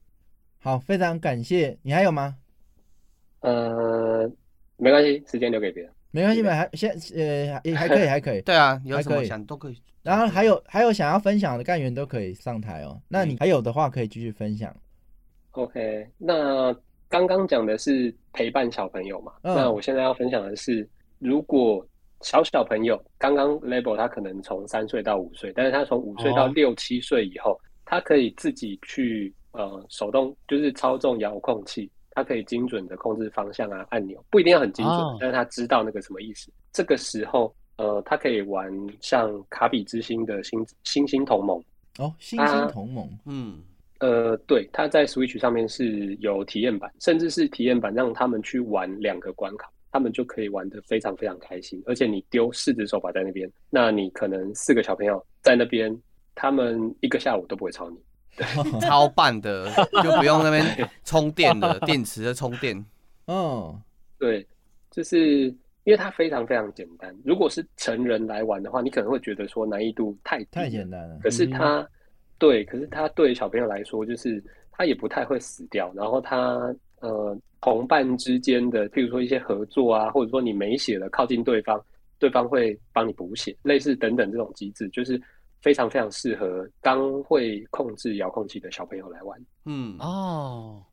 [SPEAKER 1] 好，非常感谢你，还有吗？
[SPEAKER 7] 呃，没关系，时间留给别人。
[SPEAKER 1] 没关系，
[SPEAKER 7] 对
[SPEAKER 1] 没还现呃也还 可以，还可以。
[SPEAKER 3] 对啊，有
[SPEAKER 1] 还
[SPEAKER 3] 什
[SPEAKER 1] 可
[SPEAKER 3] 么
[SPEAKER 1] 以
[SPEAKER 3] 想都可以。
[SPEAKER 1] 然后还有还有想要分享的干员都可以上台
[SPEAKER 3] 嗯
[SPEAKER 1] 哦。那你还有的话可以继续分享。
[SPEAKER 7] OK，那刚刚讲的是陪伴小朋友嘛，
[SPEAKER 1] 嗯
[SPEAKER 7] 那我现在要分享的是，如果小小朋友刚刚 label 他可能从三岁到五岁，但是他从五岁到
[SPEAKER 2] 哦
[SPEAKER 7] 六七岁以后，他可以自己去呃手动就是操纵遥控器，他可以精准的控制方向啊按钮，不一定要很精准，
[SPEAKER 2] 哦
[SPEAKER 7] 但是他知道那个什么意思。这个时候，呃，他可以玩像卡比之星的星星星同盟。
[SPEAKER 1] 哦，星
[SPEAKER 7] 啊
[SPEAKER 1] 星同盟，
[SPEAKER 3] 嗯，
[SPEAKER 7] 呃，对，它在 Switch 上面是有体验版，甚至是体验版让他们去玩两个关卡，他们就可以玩得非常非常开心。而且你丢四只手把在那边，那你可能四个小朋友在那边，他们一个下午都不会吵你。
[SPEAKER 3] 超棒的，就不用那 边充电了，电池的充电。
[SPEAKER 1] 嗯，
[SPEAKER 7] 对，就是因为它非常非常简单。如果是成人来玩的话，你可能会觉得说难易度太低
[SPEAKER 1] 太
[SPEAKER 7] 了
[SPEAKER 1] 简单了。
[SPEAKER 7] 可是
[SPEAKER 2] 嗯
[SPEAKER 7] 他，对，可是他对小朋友来说，就是他也不太会死掉，然后他呃同伴之间的，譬如说一些合作啊，或者说你没血了靠近对方，对方会帮你补血，类似等等这种机制，就是非常非常适合刚会控制遥控器的小朋友来玩。
[SPEAKER 3] 嗯，
[SPEAKER 2] 哦，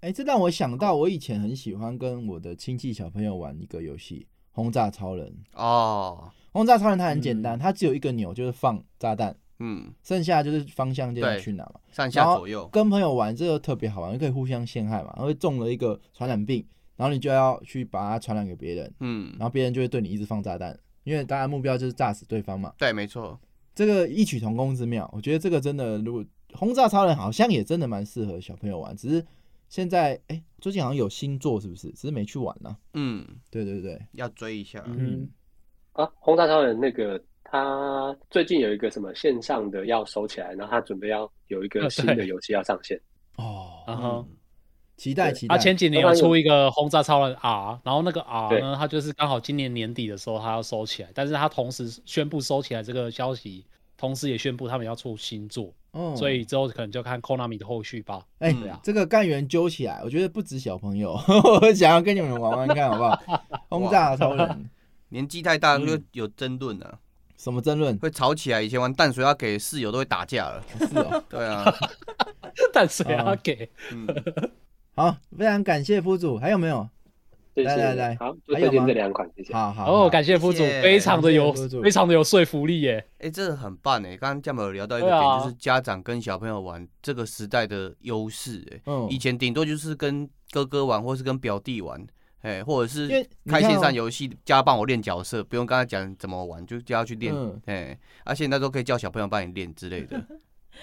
[SPEAKER 1] 哎，这让我想到我以前很喜欢跟我的亲戚小朋友玩一个游戏《轰炸超人》。
[SPEAKER 3] 哦，
[SPEAKER 1] 轰炸超人它很简单，它只有一个钮，就是放炸弹，
[SPEAKER 3] 嗯，
[SPEAKER 1] 剩下就是方向键
[SPEAKER 3] 对
[SPEAKER 1] 去哪嘛。
[SPEAKER 3] 上下
[SPEAKER 1] 然后
[SPEAKER 3] 左右，
[SPEAKER 1] 跟朋友玩这个特别好玩，可以互相陷害嘛，然后中了一个传染病，然后你就要去把它传染给别人，
[SPEAKER 3] 嗯
[SPEAKER 1] 然，后别人就会对你一直放炸弹，因为大家目标就是炸死对方嘛。
[SPEAKER 3] 对，没错，
[SPEAKER 1] 这个异曲同工之妙，我觉得这个真的，如果轰炸超人好像也真的蛮适合小朋友玩，只是现在哎、最近好像有新作是不是？只是没去玩啦。
[SPEAKER 3] 嗯，
[SPEAKER 1] 对对对，
[SPEAKER 3] 要追一下，
[SPEAKER 2] 嗯，
[SPEAKER 7] 啊，轰炸超人那个他最近有一个什么线上的要收起来，然后他准备要有一
[SPEAKER 2] 啊
[SPEAKER 7] 个
[SPEAKER 2] 对
[SPEAKER 7] 新的游戏要上线。
[SPEAKER 1] 哦，
[SPEAKER 2] 然后
[SPEAKER 3] 嗯
[SPEAKER 1] 期待
[SPEAKER 7] 对
[SPEAKER 1] 期待。
[SPEAKER 2] 他啊前几年有出一个轰炸超人 R，然后那个 R
[SPEAKER 7] 对
[SPEAKER 2] 呢，他就是刚好今年年底的时候他要收起来，但是他同时宣布收起来这个消息，同时也宣布他们要出新作，
[SPEAKER 1] 哦
[SPEAKER 2] 所以之后可能就看 Konami 的后续吧。
[SPEAKER 1] 哎、
[SPEAKER 3] 嗯
[SPEAKER 1] 这个干员揪起来，我觉得不止小朋友， 我想要跟你们玩玩看好不好？轰炸超人
[SPEAKER 3] 年纪太大
[SPEAKER 1] 嗯
[SPEAKER 3] 就有争论了，
[SPEAKER 1] 什么争论？
[SPEAKER 3] 会吵起来。以前玩淡水要给室友都会打架了，
[SPEAKER 1] 是 哦。
[SPEAKER 3] 对啊，
[SPEAKER 2] 但是也要
[SPEAKER 1] 啊
[SPEAKER 2] 给，
[SPEAKER 3] 嗯，
[SPEAKER 1] 好，非常感谢副主，还有没有？
[SPEAKER 7] 谢谢，
[SPEAKER 1] 来来来
[SPEAKER 7] 好， 就
[SPEAKER 1] 还有
[SPEAKER 7] 推荐
[SPEAKER 1] 吗
[SPEAKER 7] 这两款，谢谢。
[SPEAKER 1] 好好，
[SPEAKER 2] 哦，
[SPEAKER 1] 好
[SPEAKER 2] 感谢副主，
[SPEAKER 3] 谢谢
[SPEAKER 2] 非常的有
[SPEAKER 1] 感谢副主
[SPEAKER 2] 非常的有说服力耶。
[SPEAKER 3] 哎，这个很棒哎。刚刚江友有聊到一个
[SPEAKER 2] 对啊
[SPEAKER 3] 点，就是家长跟小朋友玩这个时代的优势哎。
[SPEAKER 1] 嗯
[SPEAKER 3] 以前顶多就是跟哥哥玩，或是跟表弟玩，哎，或者
[SPEAKER 1] 因为
[SPEAKER 3] 是
[SPEAKER 1] 你看
[SPEAKER 3] 开
[SPEAKER 1] 哦
[SPEAKER 3] 线上游戏，家帮我练角色，不用跟他讲怎么玩，就叫他去练
[SPEAKER 1] 嗯，
[SPEAKER 3] 哎，而且那都可以叫小朋友帮你练之类 的，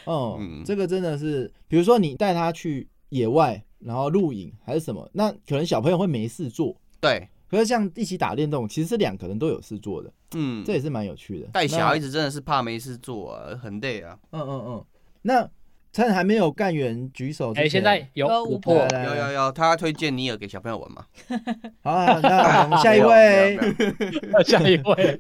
[SPEAKER 1] 哦，
[SPEAKER 3] 嗯
[SPEAKER 1] 这个真的是，比如说你带他去野外，然后露营还是什么，那可能小朋友会没事做。
[SPEAKER 3] 对，
[SPEAKER 1] 可是像一起打电动，其实是两个人都有事做的，
[SPEAKER 3] 嗯
[SPEAKER 1] 这，也是蛮有趣的。
[SPEAKER 3] 带小孩
[SPEAKER 1] 子，
[SPEAKER 3] 子真的是怕没事做啊，很累啊。
[SPEAKER 1] 嗯嗯嗯。那趁还没有干员举手之前，
[SPEAKER 2] 哎，现在有
[SPEAKER 4] 有
[SPEAKER 2] 琥
[SPEAKER 1] 来
[SPEAKER 2] 珀
[SPEAKER 1] 来，来
[SPEAKER 3] 要要
[SPEAKER 1] 来，
[SPEAKER 3] 要，他推荐尼尔给小朋友玩嘛？
[SPEAKER 1] 好，好那我们下一
[SPEAKER 8] 没
[SPEAKER 1] 位
[SPEAKER 8] 有，没有没有
[SPEAKER 2] 下一 位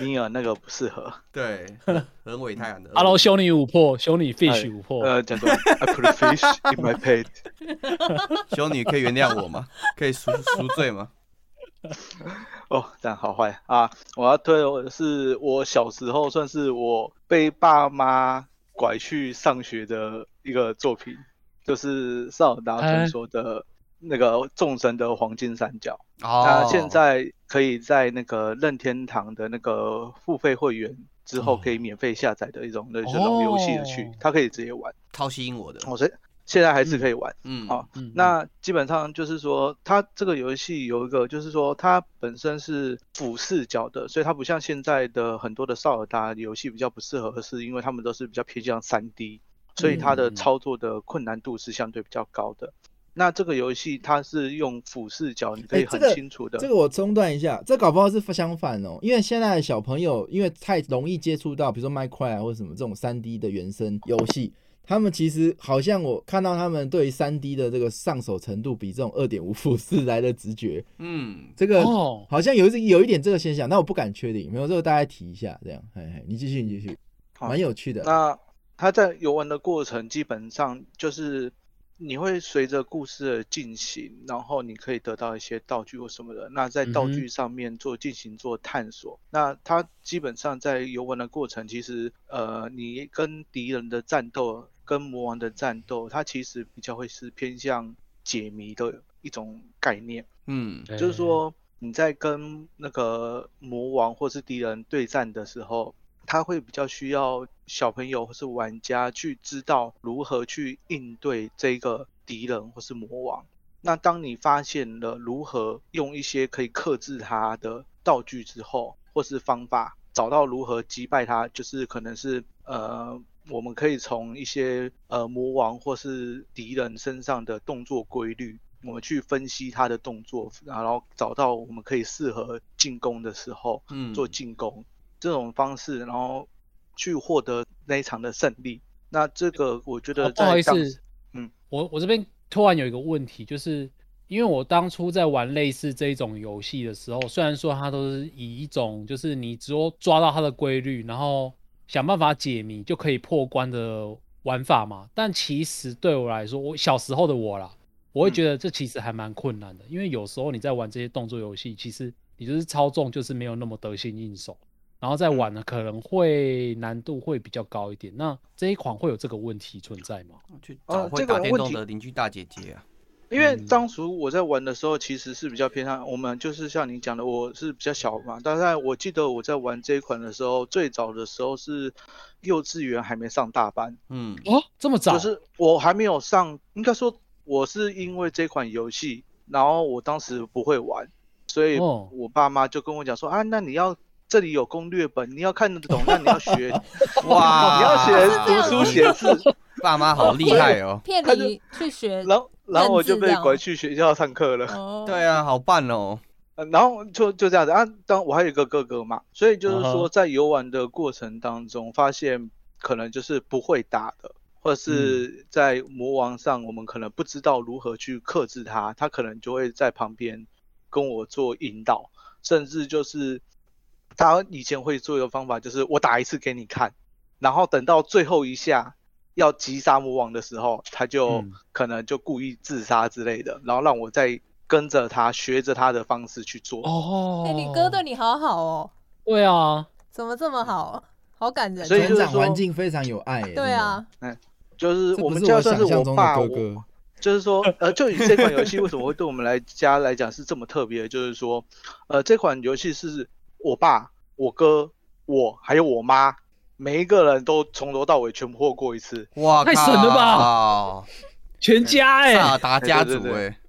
[SPEAKER 8] 尼尔那个不适合。
[SPEAKER 3] 对，很很伟太阳
[SPEAKER 1] 呃
[SPEAKER 3] 的。
[SPEAKER 2] ，Hello，修女琥珀，修女 Fish
[SPEAKER 8] 哎
[SPEAKER 2] 琥珀，
[SPEAKER 8] 呃，讲错了，I put a fish in my plate。
[SPEAKER 3] 修女可以原谅我吗？可以赎赎罪吗？
[SPEAKER 8] 哦，这样好坏啊！我要推的是我小时候算是我被爸妈拐去上学的一个作品，就是《少达传说》的那个众神的黄金三角。它
[SPEAKER 3] 哦，
[SPEAKER 8] 现在可以在那个任天堂的那个付费会员之后
[SPEAKER 1] 哦
[SPEAKER 8] 可以免费下载的一种那这种游戏的区
[SPEAKER 2] 哦，
[SPEAKER 8] 它可以直接玩。
[SPEAKER 3] 超吸引我的。
[SPEAKER 8] 我现现在还是可以玩。
[SPEAKER 3] 嗯，
[SPEAKER 8] 好
[SPEAKER 2] 嗯
[SPEAKER 8] 那基本上就是说，它这个游戏有一个，就是说它本身是俯视角的，所以它不像现在的很多的少尔达游戏比较不适合，是因为他们都是比较偏向三 D，所以它的
[SPEAKER 2] 嗯
[SPEAKER 8] 操作的困难度是相对比较高的。那这个游戏它是用俯视角，你可
[SPEAKER 1] 哎
[SPEAKER 8] 以
[SPEAKER 1] 这
[SPEAKER 8] 很
[SPEAKER 1] 个
[SPEAKER 8] 清楚的，
[SPEAKER 1] 这个我中断一下，这搞不好是相反哦，因为现在的小朋友因为太容易接触到，比如说麦块啊或者什么这种三 D 的原生游戏，他们其实好像我看到他们对于三 D 的这个上手程度比这种二点五俯视来的直觉，
[SPEAKER 3] 嗯，
[SPEAKER 1] 这个
[SPEAKER 2] 哦
[SPEAKER 1] 好像有一有一点这个现象，但我不敢确定，没有这个大家提一下这样，嘿嘿，你继续你继续，
[SPEAKER 8] 好
[SPEAKER 1] 蛮有趣的，
[SPEAKER 8] 那它在游玩的过程，基本上就是你会随着故事的进行，然后你可以得到一些道具或什么的。那在道
[SPEAKER 2] 嗯哼
[SPEAKER 8] 具上面做进行做探索。那它基本上在游玩的过程，其实呃，你跟敌人的战斗，跟魔王的战斗，它其实比较会是偏向解谜的一种概念。
[SPEAKER 3] 嗯，
[SPEAKER 8] 就是，说你在跟那个魔王或是敌人对战的时候，他会比较需要小朋友或是玩家去知道如何去应对这个敌人或是魔王。那当你发现了如何用一些可以克制他的道具之后，或是方法，找到如何击败他，就是可能是呃，我们可以从一些呃魔王或是敌人身上的动作规律，我们去分析他的动作，然后找到我们可以适合进攻的时候
[SPEAKER 3] 嗯
[SPEAKER 8] 做进攻、这种方式，然后去获得那一场的胜利。那这个我觉
[SPEAKER 2] 哦
[SPEAKER 8] 得
[SPEAKER 2] 不好
[SPEAKER 8] 在
[SPEAKER 2] 意
[SPEAKER 8] 当
[SPEAKER 2] 思
[SPEAKER 8] 时，嗯，
[SPEAKER 2] 我我这边突然有一个问题，就是因为我当初在玩类似这一种游戏的时候，虽然说它都是以一种就是你只有抓到它的规律，然后想办法解谜就可以破关的玩法嘛，但其实对我来说，我小时候的我啦，我会觉得这其实还蛮困难的，因为有时候你在玩这些动作游戏，其实你就是操纵就是没有那么得心应手。然后再玩呢，可能会难度会比较高一点。那这一款会有这个问题存在吗？
[SPEAKER 3] 去
[SPEAKER 8] 呃
[SPEAKER 3] 找会
[SPEAKER 8] 这个
[SPEAKER 3] 打电
[SPEAKER 8] 问
[SPEAKER 3] 动
[SPEAKER 8] 题
[SPEAKER 3] 的邻居大姐姐啊。
[SPEAKER 8] 因为
[SPEAKER 2] 嗯
[SPEAKER 8] 当初我在玩的时候，其实是比较偏向我们，就是像您讲的，我是比较小嘛。当然，我记得我在玩这一款的时候，最早的时候是幼稚园还没上大班，
[SPEAKER 3] 嗯，
[SPEAKER 2] 哦，这么早？
[SPEAKER 8] 就是我还没有上，应该说我是因为这款游戏，然后我当时不会玩，所以
[SPEAKER 2] 哦
[SPEAKER 8] 我爸妈就跟我讲说啊，那你要这里有攻略本，你要看得懂，那你 要学，
[SPEAKER 3] 哇，
[SPEAKER 8] 你要
[SPEAKER 9] 哦！
[SPEAKER 8] 学读书写字。
[SPEAKER 3] 爸妈好厉害哦
[SPEAKER 9] 骗
[SPEAKER 8] 他就
[SPEAKER 9] 你去学，
[SPEAKER 8] 然后然后我就
[SPEAKER 9] 认字这
[SPEAKER 8] 被
[SPEAKER 9] 样
[SPEAKER 8] 拐去学校上课了。
[SPEAKER 9] 哦，
[SPEAKER 3] 对啊，好棒哦！
[SPEAKER 8] 呃然后就就这样子啊。当我还有一个哥哥嘛，所以就是
[SPEAKER 2] 嗯
[SPEAKER 8] 说
[SPEAKER 2] 哼
[SPEAKER 8] 在游玩的过程当中，发现可能就是不会打的，或者
[SPEAKER 3] 嗯
[SPEAKER 8] 是在魔王上我们可能不知道如何去克制他，他可能就会在旁边跟我做引导，甚至就是他以前会做一个方法，就是我打一次给你看，然后等到最后一下。要击杀魔王的时候，他就
[SPEAKER 2] 嗯
[SPEAKER 8] 可能就故意自杀之类的，然后让我再跟着他学着他的方式去做。
[SPEAKER 2] 哦，
[SPEAKER 9] 哎，你哥对你好好哦，
[SPEAKER 2] 对啊，
[SPEAKER 9] 怎么这么好，好感人哦。
[SPEAKER 8] 所以就
[SPEAKER 1] 成
[SPEAKER 8] 是
[SPEAKER 1] 长
[SPEAKER 8] 说
[SPEAKER 1] 环境非常有爱耶。
[SPEAKER 9] 对啊，
[SPEAKER 8] 哎就是
[SPEAKER 1] 真的，这
[SPEAKER 8] 我
[SPEAKER 1] 不
[SPEAKER 8] 们
[SPEAKER 1] 是
[SPEAKER 8] 家
[SPEAKER 1] 我
[SPEAKER 8] 算是
[SPEAKER 1] 想象
[SPEAKER 8] 我
[SPEAKER 1] 中的
[SPEAKER 8] 爸，
[SPEAKER 1] 哥
[SPEAKER 8] 我
[SPEAKER 1] 哥。
[SPEAKER 8] 就是说，呃，就以这款游戏为什么会对我们来家来讲是这么特别，就是说，呃，这款游戏是我爸、我哥、我还有我妈，每一个人都从头到尾全部获过一次，
[SPEAKER 3] 哇，
[SPEAKER 2] 太神了吧
[SPEAKER 3] 靠！
[SPEAKER 2] 全家哎、
[SPEAKER 3] 萨尔达家族
[SPEAKER 8] 对对对
[SPEAKER 3] 哎，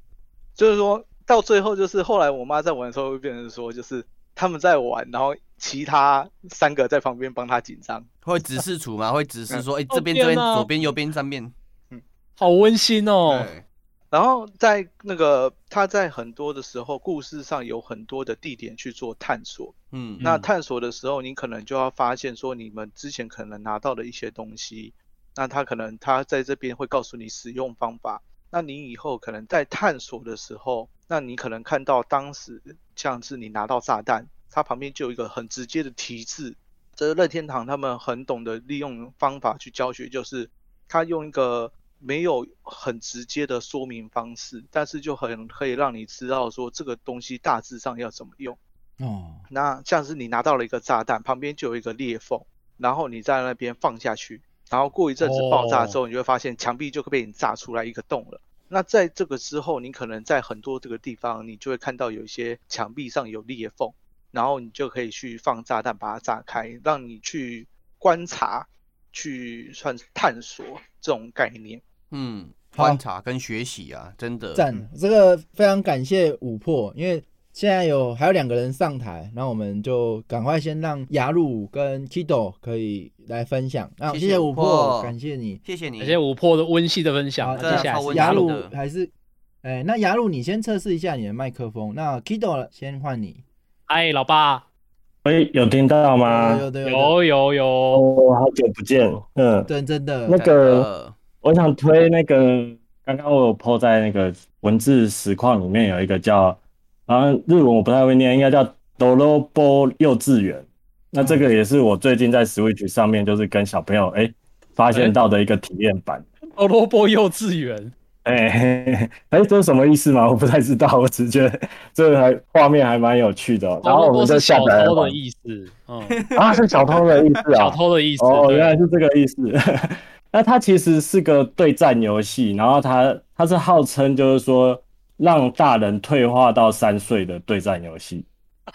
[SPEAKER 8] 就是说到最后，就是后来我妈在玩的时候会变成说，就是他们在玩，然后其他三个在旁边帮他紧张。
[SPEAKER 3] 会指示处吗？会指示 说，哎，这边
[SPEAKER 2] 好
[SPEAKER 3] 这
[SPEAKER 2] 变
[SPEAKER 3] 边，
[SPEAKER 2] 哦
[SPEAKER 3] 左边右边上面。
[SPEAKER 2] 好温馨哦。
[SPEAKER 3] 对
[SPEAKER 8] 然后在那个他在很多的时候，故事上有很多的地点去做探索。
[SPEAKER 3] 嗯，
[SPEAKER 8] 那
[SPEAKER 2] 嗯
[SPEAKER 8] 探索的时候，你可能就要发现说你们之前可能拿到的一些东西，那他可能他在这边会告诉你使用方法。那你以后可能在探索的时候，那你可能看到当时像是你拿到炸弹，它旁边就有一个很直接的提示。这是任天堂他们很懂得利用方法去教学，就是他用一个没有很直接的说明方式，但是就很可以让你知道说这个东西大致上要怎么用。
[SPEAKER 1] 哦，
[SPEAKER 8] 那像是你拿到了一个炸弹，旁边就有一个裂缝，然后你在那边放下去，然后过一阵子爆炸之后，你就会发现墙壁就被你炸出来一个洞了。那在这个之后，你可能在很多这个地方，你就会看到有一些墙壁上有裂缝，然后你就可以去放炸弹把它炸开，让你去观察、去算是探索这种概念。
[SPEAKER 3] 嗯，
[SPEAKER 1] 好
[SPEAKER 3] 观察跟学习啊，真的
[SPEAKER 1] 赞！这个非常感谢五破，因为现在有还有两个人上台，那我们就赶快先让雅鲁跟 Kido 可以来分享。那
[SPEAKER 3] 谢
[SPEAKER 1] 谢
[SPEAKER 3] 谢
[SPEAKER 1] 五
[SPEAKER 3] 五破
[SPEAKER 1] 感谢你。
[SPEAKER 3] 谢谢你
[SPEAKER 2] 感。谢五破的温馨的分享，
[SPEAKER 1] 好，
[SPEAKER 2] 那
[SPEAKER 3] 对啊
[SPEAKER 2] 接下来
[SPEAKER 3] 超
[SPEAKER 2] 是
[SPEAKER 3] 温
[SPEAKER 1] 雅
[SPEAKER 3] 馨
[SPEAKER 1] 鲁
[SPEAKER 3] 的
[SPEAKER 1] 还是，哎、那雅鲁你先测试一下你的麦克风。那 Kido 先换你。
[SPEAKER 2] 哎，老爸，
[SPEAKER 10] 喂，哎有听到吗？
[SPEAKER 1] 有的有的有的，
[SPEAKER 2] 有有有，
[SPEAKER 10] 哦，好久不见。嗯，
[SPEAKER 1] 对，真的。
[SPEAKER 10] 那
[SPEAKER 3] 真的
[SPEAKER 10] 我想推那个，刚刚我有 po 在那个文字实况里面有一个叫，好像日文我不太会念，应该叫 Dorobo 幼稚园。
[SPEAKER 1] 嗯
[SPEAKER 10] 那这个也是我最近在 Switch 上面，就是跟小朋友哎、发现到的一个体验版。
[SPEAKER 2] 胡萝卜幼稚园，
[SPEAKER 10] 哎、嘿嘿嘿哎、 这是什么意思吗？我不太知道，我只觉得这个还画面还蛮有趣的哦。然后我们
[SPEAKER 2] 胡萝卜
[SPEAKER 10] 就是下
[SPEAKER 2] 小
[SPEAKER 10] 载来
[SPEAKER 2] 偷的
[SPEAKER 10] 玩
[SPEAKER 2] 意思， 嗯，
[SPEAKER 10] 啊，是小偷的意思啊
[SPEAKER 2] 小。偷的意思，
[SPEAKER 10] 哦，
[SPEAKER 2] 对
[SPEAKER 10] 原来是这个意思。 那它其实是个对战游戏，然后它它是号称就是说让大人退化到三岁的对战游戏。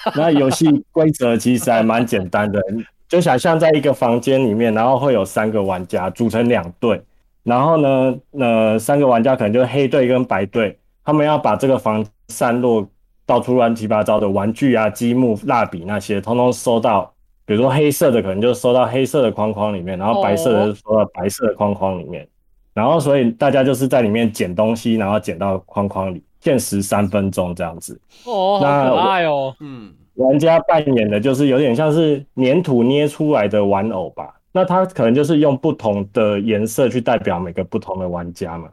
[SPEAKER 10] 那游戏规则其实还蛮简单的， 就想象在一个房间里面，然后会有三个玩家组成两队，然后呢，呃，三个玩家可能就是黑队跟白队，他们要把这个房散落到处乱七八糟的玩具啊、积木、蜡笔那些，通通收到，比如说黑色的可能就收到黑色的框框里面，然后白色的就收到白色的框框里面，然后所以大家就是在里面捡东西，然后捡到框框里，限时三分钟这样子。
[SPEAKER 2] 哦，好
[SPEAKER 10] 那
[SPEAKER 2] 可
[SPEAKER 10] 我
[SPEAKER 2] 爱哦，
[SPEAKER 3] 嗯，
[SPEAKER 10] 玩家扮演的就是有点像是粘土捏出来的玩偶吧。那它可能就是用不同的颜色去代表每个不同的玩家嘛。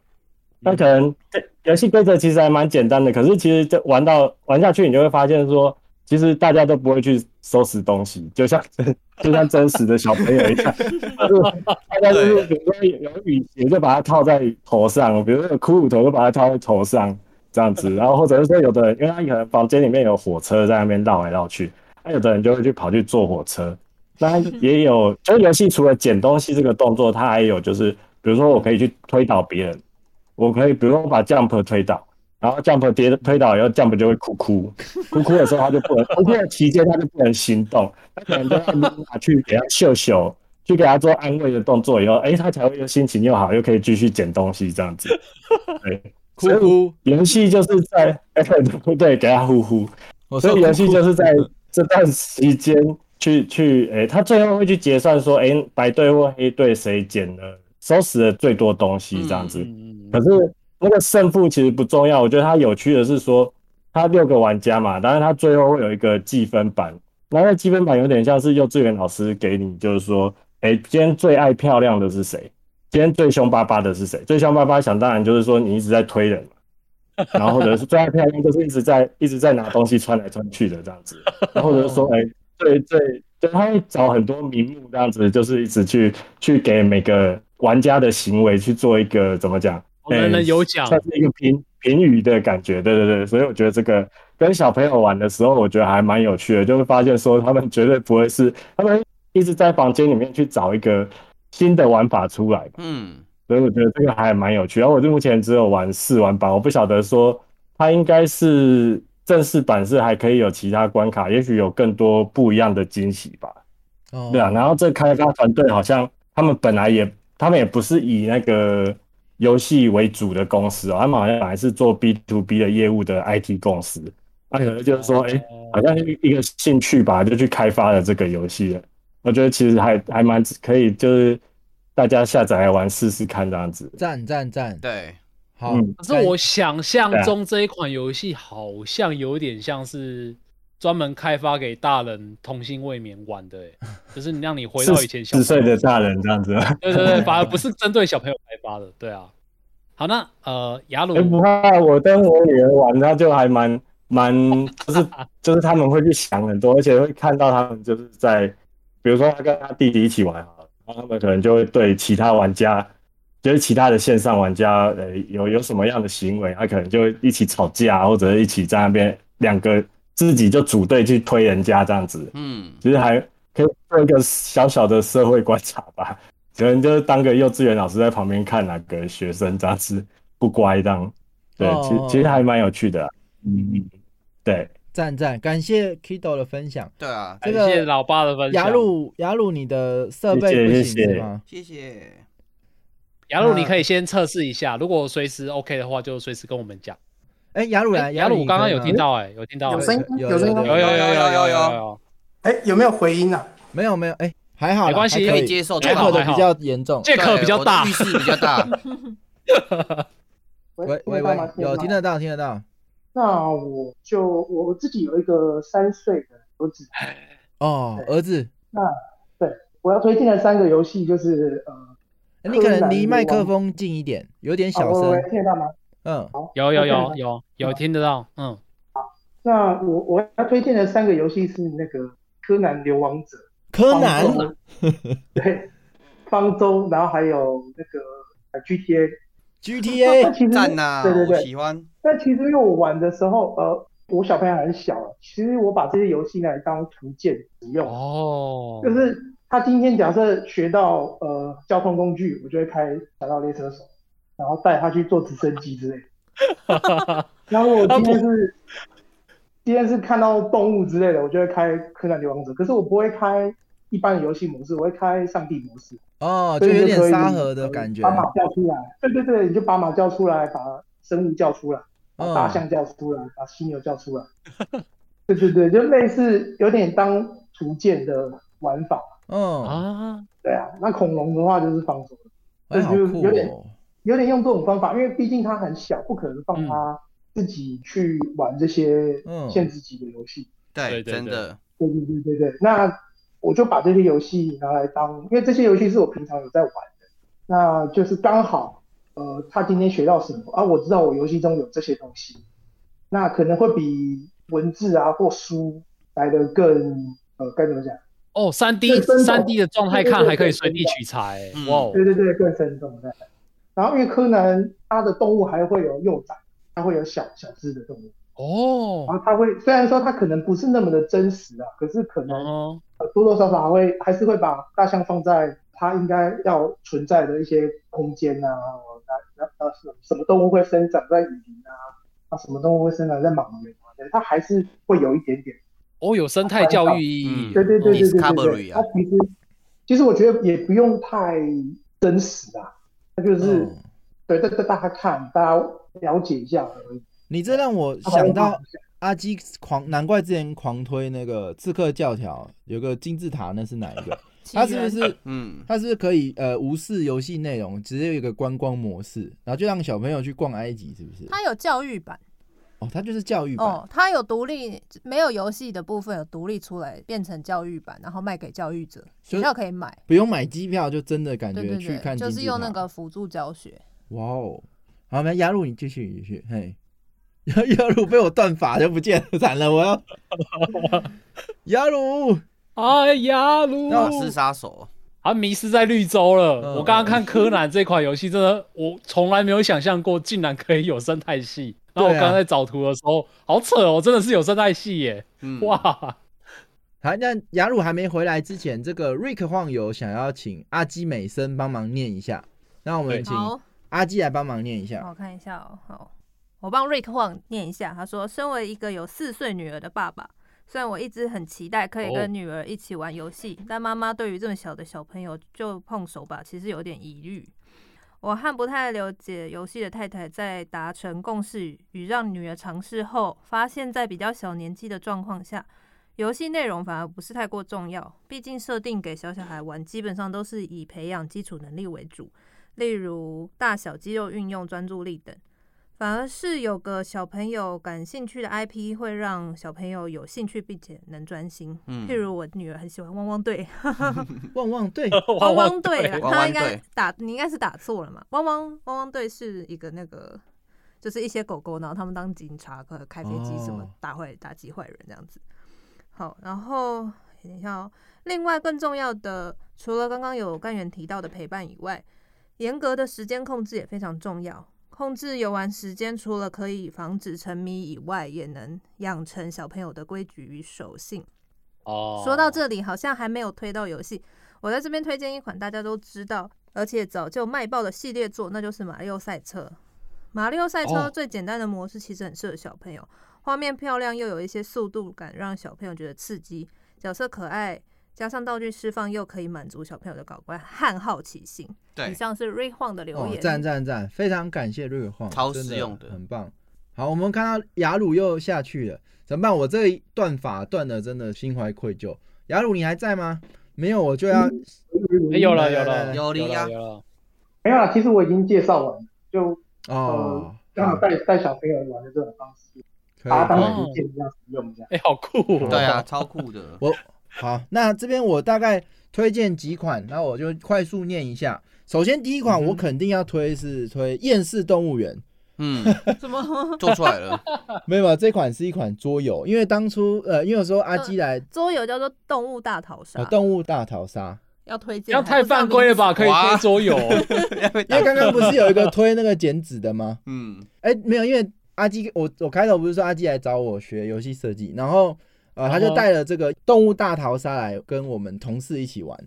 [SPEAKER 10] 那可能这游戏规则其实还蛮简单的，可是其实这玩到玩下去，你就会发现说，其实大家都不会去收拾东西，就像 就像真实的小朋友一样，就是大家就是比如说有雨鞋就把它套在头上，比如说有骷髅头就把它套在头上，这样子，然后或者是说有的人，因为他可能房间里面有火车在那边绕来绕去，那有的人就会去跑去坐火车。那也有，就是游戏除了捡东西这个动作，它还有就是，比如说我可以去推倒别人，我可以比如说把 Jump 推倒，然后 Jump 跌推倒以后，Jump 就会哭哭，哭哭的时候他就不能，哭哭的期间他就不能行动，他可能就要露娜去给他秀秀，去给他做安慰的动作以后，哎、他才会又心情又好，又可以继续捡东西这样 子。对，
[SPEAKER 1] 哭哭，
[SPEAKER 10] 游戏就是在， 哎、对对，给他呼呼，
[SPEAKER 1] 我
[SPEAKER 10] 所
[SPEAKER 1] 说
[SPEAKER 10] 以游戏
[SPEAKER 1] 哭哭
[SPEAKER 10] 就是在
[SPEAKER 3] 嗯
[SPEAKER 10] 这段时间去去，诶、他最后会去结算说，诶、白队或黑队谁捡了收拾了最多东西这样子。
[SPEAKER 3] 嗯嗯
[SPEAKER 10] 可是那个胜负其实不重要，我觉得它有趣的是说，它六个玩家嘛，当然它最后会有一个计分板，那那积分板有点像是幼稚园老师给你，就是说，哎、今天最爱漂亮的是谁？今天最凶巴巴的是谁？最凶巴巴想当然就是说你一直在推人嘛，然后或者是最爱漂亮就是一直在一直在拿东西穿来穿去的这样子，然后或者是说，哎、最最就他会找很多名目这样子，就是一直去去给每个玩家的行为去做一个怎么讲？
[SPEAKER 2] 哦人人
[SPEAKER 10] 哎
[SPEAKER 2] 有奖
[SPEAKER 10] 算是一个评评语的感觉，对对对，所以我觉得这个跟小朋友玩的时候，我觉得还蛮有趣的，就会发现说他们绝对不会是他们一直在房间里面去找一个新的玩法出来，
[SPEAKER 3] 嗯，
[SPEAKER 10] 所以我觉得这个还蛮有趣。然后我就目前只有玩试玩版，我不晓得说它应该是正式版是还可以有其他关卡，也许有更多不一样的惊喜吧。
[SPEAKER 1] 哦
[SPEAKER 10] 对啊，然后这开发团队好像他们本来也，他们也不是以那个游戏为主的公司哦，他们好像本来是做 B to B 的业务的 IT 公司，那可能就是说，哎、
[SPEAKER 2] 哦
[SPEAKER 10] 好像是一个兴趣吧，就去开发了这个游戏了。我觉得其实还还蛮可以，就是大家下载来玩试试看这样子。
[SPEAKER 1] 赞赞赞，
[SPEAKER 3] 对，
[SPEAKER 1] 好
[SPEAKER 10] 嗯，
[SPEAKER 2] 可是我想象
[SPEAKER 10] 对啊
[SPEAKER 2] 中这一款游戏好像有点像是专门开发给大人童心未眠玩的、欸，就是你让你回到以前小
[SPEAKER 10] 十
[SPEAKER 2] 时候
[SPEAKER 10] 岁的大人这样子， 哎、
[SPEAKER 2] 对对对，反而 不是针对小朋友开发的，对啊。好，那呃，雅鲁，
[SPEAKER 10] 不怕，哎我跟我女儿玩，她就还蛮蛮，就是就是他们会去想很多，而且会看到他们就是在，比如说他跟他弟弟一起玩好了，然后他们可能就会对其他玩家，就是其他的线上玩家，呃，有有什么样的行为，他可能就会一起吵架，或者一起在那边两个自己就组队去推人家这样子，
[SPEAKER 3] 嗯，
[SPEAKER 10] 其实还可以做一个小小的社会观察吧， 可能就是当个幼稚园老师在旁边看哪个学生这样子不乖这样，对，
[SPEAKER 1] 哦
[SPEAKER 10] 其其实还蛮有趣的啊、嗯，对，
[SPEAKER 1] 赞赞，感谢 Kido 的分享。
[SPEAKER 3] 对啊，
[SPEAKER 1] 这
[SPEAKER 2] 感谢
[SPEAKER 1] 个
[SPEAKER 2] 老爸的分享。
[SPEAKER 1] 雅，鲁雅鲁，你的设备
[SPEAKER 10] 谢谢谢
[SPEAKER 1] 不行
[SPEAKER 10] 谢
[SPEAKER 1] 是吗？
[SPEAKER 3] 谢谢。
[SPEAKER 2] 雅鲁，
[SPEAKER 1] 那
[SPEAKER 2] 你可以先测试一下，如果随时 OK 的话，就随时跟我们讲。
[SPEAKER 1] 哎，雅鲁来，
[SPEAKER 2] 雅鲁
[SPEAKER 1] 你
[SPEAKER 2] 刚刚
[SPEAKER 1] 可以
[SPEAKER 2] 有
[SPEAKER 1] 吗
[SPEAKER 2] 听到，哎，有听到，
[SPEAKER 1] 有
[SPEAKER 2] 哎
[SPEAKER 6] 有声音
[SPEAKER 1] 有
[SPEAKER 6] 有声音
[SPEAKER 1] 有
[SPEAKER 6] 吗
[SPEAKER 2] 有有有有有
[SPEAKER 3] 有有
[SPEAKER 2] 有，
[SPEAKER 6] 哎，有没有回音啊？
[SPEAKER 1] 没有没有，哎，还好啦，
[SPEAKER 2] 没关系
[SPEAKER 1] 还
[SPEAKER 3] 可
[SPEAKER 1] 可
[SPEAKER 3] 以
[SPEAKER 1] 以
[SPEAKER 3] 接受，
[SPEAKER 2] 还
[SPEAKER 3] 最
[SPEAKER 2] 好
[SPEAKER 1] ，Echo
[SPEAKER 3] 好
[SPEAKER 1] 的比较严重。
[SPEAKER 2] 这个比较大
[SPEAKER 3] 浴，室比较 大，
[SPEAKER 1] 喂喂喂，有听
[SPEAKER 6] 到吗。
[SPEAKER 1] 得到听得到
[SPEAKER 6] 那我就我自己有一个三岁的儿子，
[SPEAKER 3] 哎
[SPEAKER 1] 哦，儿子，
[SPEAKER 6] 我要推荐的三个游戏就是呃，
[SPEAKER 1] 哎你可能
[SPEAKER 6] 柯南
[SPEAKER 1] 离
[SPEAKER 6] 女
[SPEAKER 1] 麦克
[SPEAKER 6] 王
[SPEAKER 1] 风近一点，有点
[SPEAKER 6] 啊
[SPEAKER 1] 小
[SPEAKER 6] 喂
[SPEAKER 1] 声
[SPEAKER 6] 喂，，听得到吗？
[SPEAKER 1] 嗯，
[SPEAKER 6] 好，
[SPEAKER 2] 有
[SPEAKER 6] 那
[SPEAKER 2] 有
[SPEAKER 6] 看
[SPEAKER 2] 有
[SPEAKER 6] 看
[SPEAKER 2] 有有听得到，嗯，
[SPEAKER 6] 那我我要推荐的三个游戏是那个《柯南流亡者》、
[SPEAKER 1] 柯南
[SPEAKER 6] 方
[SPEAKER 7] 啊
[SPEAKER 6] 舟，对，方舟，然后还有那个呃 GTA。那
[SPEAKER 1] GTA
[SPEAKER 6] 其实
[SPEAKER 3] 赞呐，
[SPEAKER 6] 对对
[SPEAKER 3] 我
[SPEAKER 6] 对，
[SPEAKER 3] 喜欢。
[SPEAKER 6] 但其实因为我玩的时候，呃，我小朋友还很小啊，其实我把这些游戏来当图鉴使用，
[SPEAKER 2] 哦，
[SPEAKER 6] 就是他今天假设学到呃交通工具，我就会开侠盗猎车手，然后带他去坐直升机之类的。 然后我今天是今天是看到动物之类的，我就会开柯南流亡者，可是我不会开一般的游戏模式，我会开上帝模式。
[SPEAKER 1] 哦，就
[SPEAKER 6] 所以
[SPEAKER 1] 有
[SPEAKER 6] 就
[SPEAKER 1] 点
[SPEAKER 6] 可以
[SPEAKER 1] 沙盒的感觉
[SPEAKER 6] 把，马叫出来，对对对，你就把马叫出来，把生物叫出来，把
[SPEAKER 1] 嗯
[SPEAKER 6] 大象叫出来，把犀牛叫出来，对对对，就类似有点当图鉴的玩法，
[SPEAKER 1] 嗯，
[SPEAKER 2] 啊，
[SPEAKER 6] 对啊。那恐龙的话就是放手，
[SPEAKER 1] 哎，
[SPEAKER 6] 就
[SPEAKER 1] 好
[SPEAKER 6] 是
[SPEAKER 1] 酷
[SPEAKER 6] 有点
[SPEAKER 1] 哦，
[SPEAKER 6] 有点用这种方法，因为毕竟它很小，不可能放它自己去玩这些
[SPEAKER 1] 嗯
[SPEAKER 6] 限制级的游戏。
[SPEAKER 3] 对，
[SPEAKER 2] 对对
[SPEAKER 3] 真的，
[SPEAKER 6] 对对对对对，那我就把这些游戏拿来当，因为这些游戏是我平常有在玩的，那就是刚好，呃，他今天学到什么啊？我知道我游戏中有这些东西，那可能会比文字啊或书来的更，呃，该怎么讲？
[SPEAKER 2] 哦，三 D 三 D 的状态看还可以随地取材，哎
[SPEAKER 3] 嗯
[SPEAKER 2] 哇哦，
[SPEAKER 6] 对对对，更生动的。然后因为柯南它的动物还会有幼崽，它会有小小只的动物，然
[SPEAKER 2] 哦，
[SPEAKER 6] 后它会虽然说它可能不是那么的真实啊，可是可能
[SPEAKER 2] 哦，
[SPEAKER 6] 呃多多少少还会还是会把大象放在它应该要存在的一些空间啊，来啊什么什么动物会生长在雨林啊，啊什么动物会生长在莽原啊，对它还是会有一点点。
[SPEAKER 2] 哦，有生态教育意义
[SPEAKER 3] 嗯。
[SPEAKER 6] 对对对对对对对，
[SPEAKER 3] Discovery 啊
[SPEAKER 6] 它其实其实我觉得也不用太真实啊，它就是、
[SPEAKER 1] 嗯
[SPEAKER 6] 对，带带大家看，大家了解一下而已。
[SPEAKER 1] 你这让我想到阿基狂，难怪之前狂推那个《刺客教条》，有个金字塔，那是哪 一个？它是不是
[SPEAKER 3] 嗯，
[SPEAKER 1] 它是不是可以呃无视游戏内容，直接有一个观光模式，然后就让小朋友去逛埃及，是不是？
[SPEAKER 9] 它有教育版
[SPEAKER 1] 哦，它就是教育版。
[SPEAKER 9] 哦，它有独立，没有游戏的部分有独立出来变成教育版，然后卖给教育者，
[SPEAKER 1] 就
[SPEAKER 9] 学校可以买。
[SPEAKER 1] 不用买机票，就真的感
[SPEAKER 9] 对
[SPEAKER 1] 觉
[SPEAKER 9] 对
[SPEAKER 1] 去
[SPEAKER 9] 对，
[SPEAKER 1] 看金
[SPEAKER 9] 就
[SPEAKER 1] 字塔。
[SPEAKER 9] 是用那个辅助教学。
[SPEAKER 1] 哇哦，好，那雅鲁你继续你继续，嘿， 雅鲁被我断法就不见了，惨了，我要雅鲁，
[SPEAKER 2] 哎呀，鲁
[SPEAKER 1] 哦
[SPEAKER 3] 法师杀手，
[SPEAKER 2] 他迷失在绿洲了。
[SPEAKER 1] 嗯
[SPEAKER 2] 我刚刚看柯南这款游戏，真的我从来没有想象过，竟然可以有生态系。然后我
[SPEAKER 1] 对啊
[SPEAKER 2] 刚刚在找图的时候，好扯哦，真的是有生态系耶！
[SPEAKER 3] 嗯，
[SPEAKER 2] 哇，
[SPEAKER 1] 好，那雅鲁还没回来之前，这个瑞克晃友想要请阿基美森帮忙念一下，那我们
[SPEAKER 2] 对
[SPEAKER 1] 请
[SPEAKER 9] 好，
[SPEAKER 1] 阿基来帮忙念一下。
[SPEAKER 9] 好看一下哦，好。
[SPEAKER 4] 我帮 Rick 晃念一下，他说：“身为一个有四岁女儿的爸爸，虽然我一直很期待可以
[SPEAKER 2] 哦
[SPEAKER 4] 跟女儿一起玩游戏，但妈妈对于这么小的小朋友就碰手把，其实有点疑虑。我和不太了解游戏的太太在达成共识与让女儿尝试后，发现在比较小年纪的状况下，游戏内容反而不是太过重要，毕竟设定给小小孩玩，基本上都是以培养基础能力为主，例如大小肌肉运用、专注力等。反而是有个小朋友感兴趣的 IP，会让小朋友有兴趣并且能专心。
[SPEAKER 3] 嗯
[SPEAKER 4] 譬如我女儿很喜欢汪汪队，
[SPEAKER 1] 旺旺对，
[SPEAKER 2] 汪
[SPEAKER 4] 汪队啦，
[SPEAKER 3] 汪
[SPEAKER 4] 她
[SPEAKER 3] 汪
[SPEAKER 4] 应该
[SPEAKER 3] 队
[SPEAKER 4] 打你应该是打错了嘛？汪汪汪汪队是一个那个，就是一些狗狗，然后他们当警察，呃，开飞机什么
[SPEAKER 1] 哦
[SPEAKER 4] 打坏打击坏人这样子。好，然后等一下哦。另外更重要的，除了刚刚有干员提到的陪伴以外，严格的时间控制也非常重要。控制游玩时间，除了可以防止沉迷以外，也能养成小朋友的规矩与守信。
[SPEAKER 2] 哦，
[SPEAKER 4] 说到这里，好像还没有推到游戏。我在这边推荐一款大家都知道，而且早就卖爆的系列作，那就是《马里奥赛车》。《马里奥赛车
[SPEAKER 2] 哦》
[SPEAKER 4] 最简单的模式其实很适合小朋友，画面漂亮又有一些速度感，让小朋友觉得刺激，角色可爱，加上道具释放，又可以满足小朋友的搞怪和好奇心。以
[SPEAKER 3] 对，
[SPEAKER 4] 上是 Ray Huang 的留
[SPEAKER 1] 哦，
[SPEAKER 4] 言。
[SPEAKER 1] 赞赞赞，非常感谢瑞克晃，
[SPEAKER 3] 超
[SPEAKER 1] 真
[SPEAKER 3] 实用
[SPEAKER 1] 的，
[SPEAKER 3] 的
[SPEAKER 1] 很棒。好，我们看到雅鲁又下去了，怎么办？我这一段法断的真的心怀愧疚。雅鲁，你还在吗？没有，我就要
[SPEAKER 2] 哎有了有
[SPEAKER 1] 来来来
[SPEAKER 2] 了
[SPEAKER 3] 有
[SPEAKER 2] 有
[SPEAKER 3] 零呀
[SPEAKER 2] 了，有了，
[SPEAKER 6] 没有啊啦，其实我已经介绍完了，就
[SPEAKER 1] 哦，
[SPEAKER 6] 刚好
[SPEAKER 1] 好
[SPEAKER 6] 带带小朋友玩的这种方式，
[SPEAKER 1] 可以
[SPEAKER 6] 把它当
[SPEAKER 1] 可以。
[SPEAKER 2] 哦
[SPEAKER 6] 成一件这样使用这样。
[SPEAKER 2] 哎，好酷哦！
[SPEAKER 3] 对啊，超酷的，
[SPEAKER 1] 我好，那这边我大概推荐几款，那我就快速念一下。首先第一款我肯定要推是推《厌世动物园》，
[SPEAKER 3] 嗯，
[SPEAKER 4] 什么呃
[SPEAKER 3] 做出 来了，
[SPEAKER 1] 没有，啊这款是一款桌游，因为当初呃，因为有时候阿
[SPEAKER 3] 嗯
[SPEAKER 1] 基来
[SPEAKER 4] 桌游叫做《动物大逃杀
[SPEAKER 1] 呃》？动物大逃杀，
[SPEAKER 9] 要推
[SPEAKER 2] 这
[SPEAKER 9] 荐
[SPEAKER 2] 样
[SPEAKER 9] 还
[SPEAKER 2] 太
[SPEAKER 9] 不知道
[SPEAKER 2] 犯规了吧？
[SPEAKER 9] 名
[SPEAKER 2] 可以推桌游，
[SPEAKER 1] 因为刚刚不是有一个推那个剪纸的吗？
[SPEAKER 3] 嗯，
[SPEAKER 1] 哎、没有，因为阿基，我我开头不是说阿基来找我学游戏设计，然后呃，他就
[SPEAKER 2] 哦
[SPEAKER 1] 带了这个《动物大逃杀》来跟我们同事一起玩。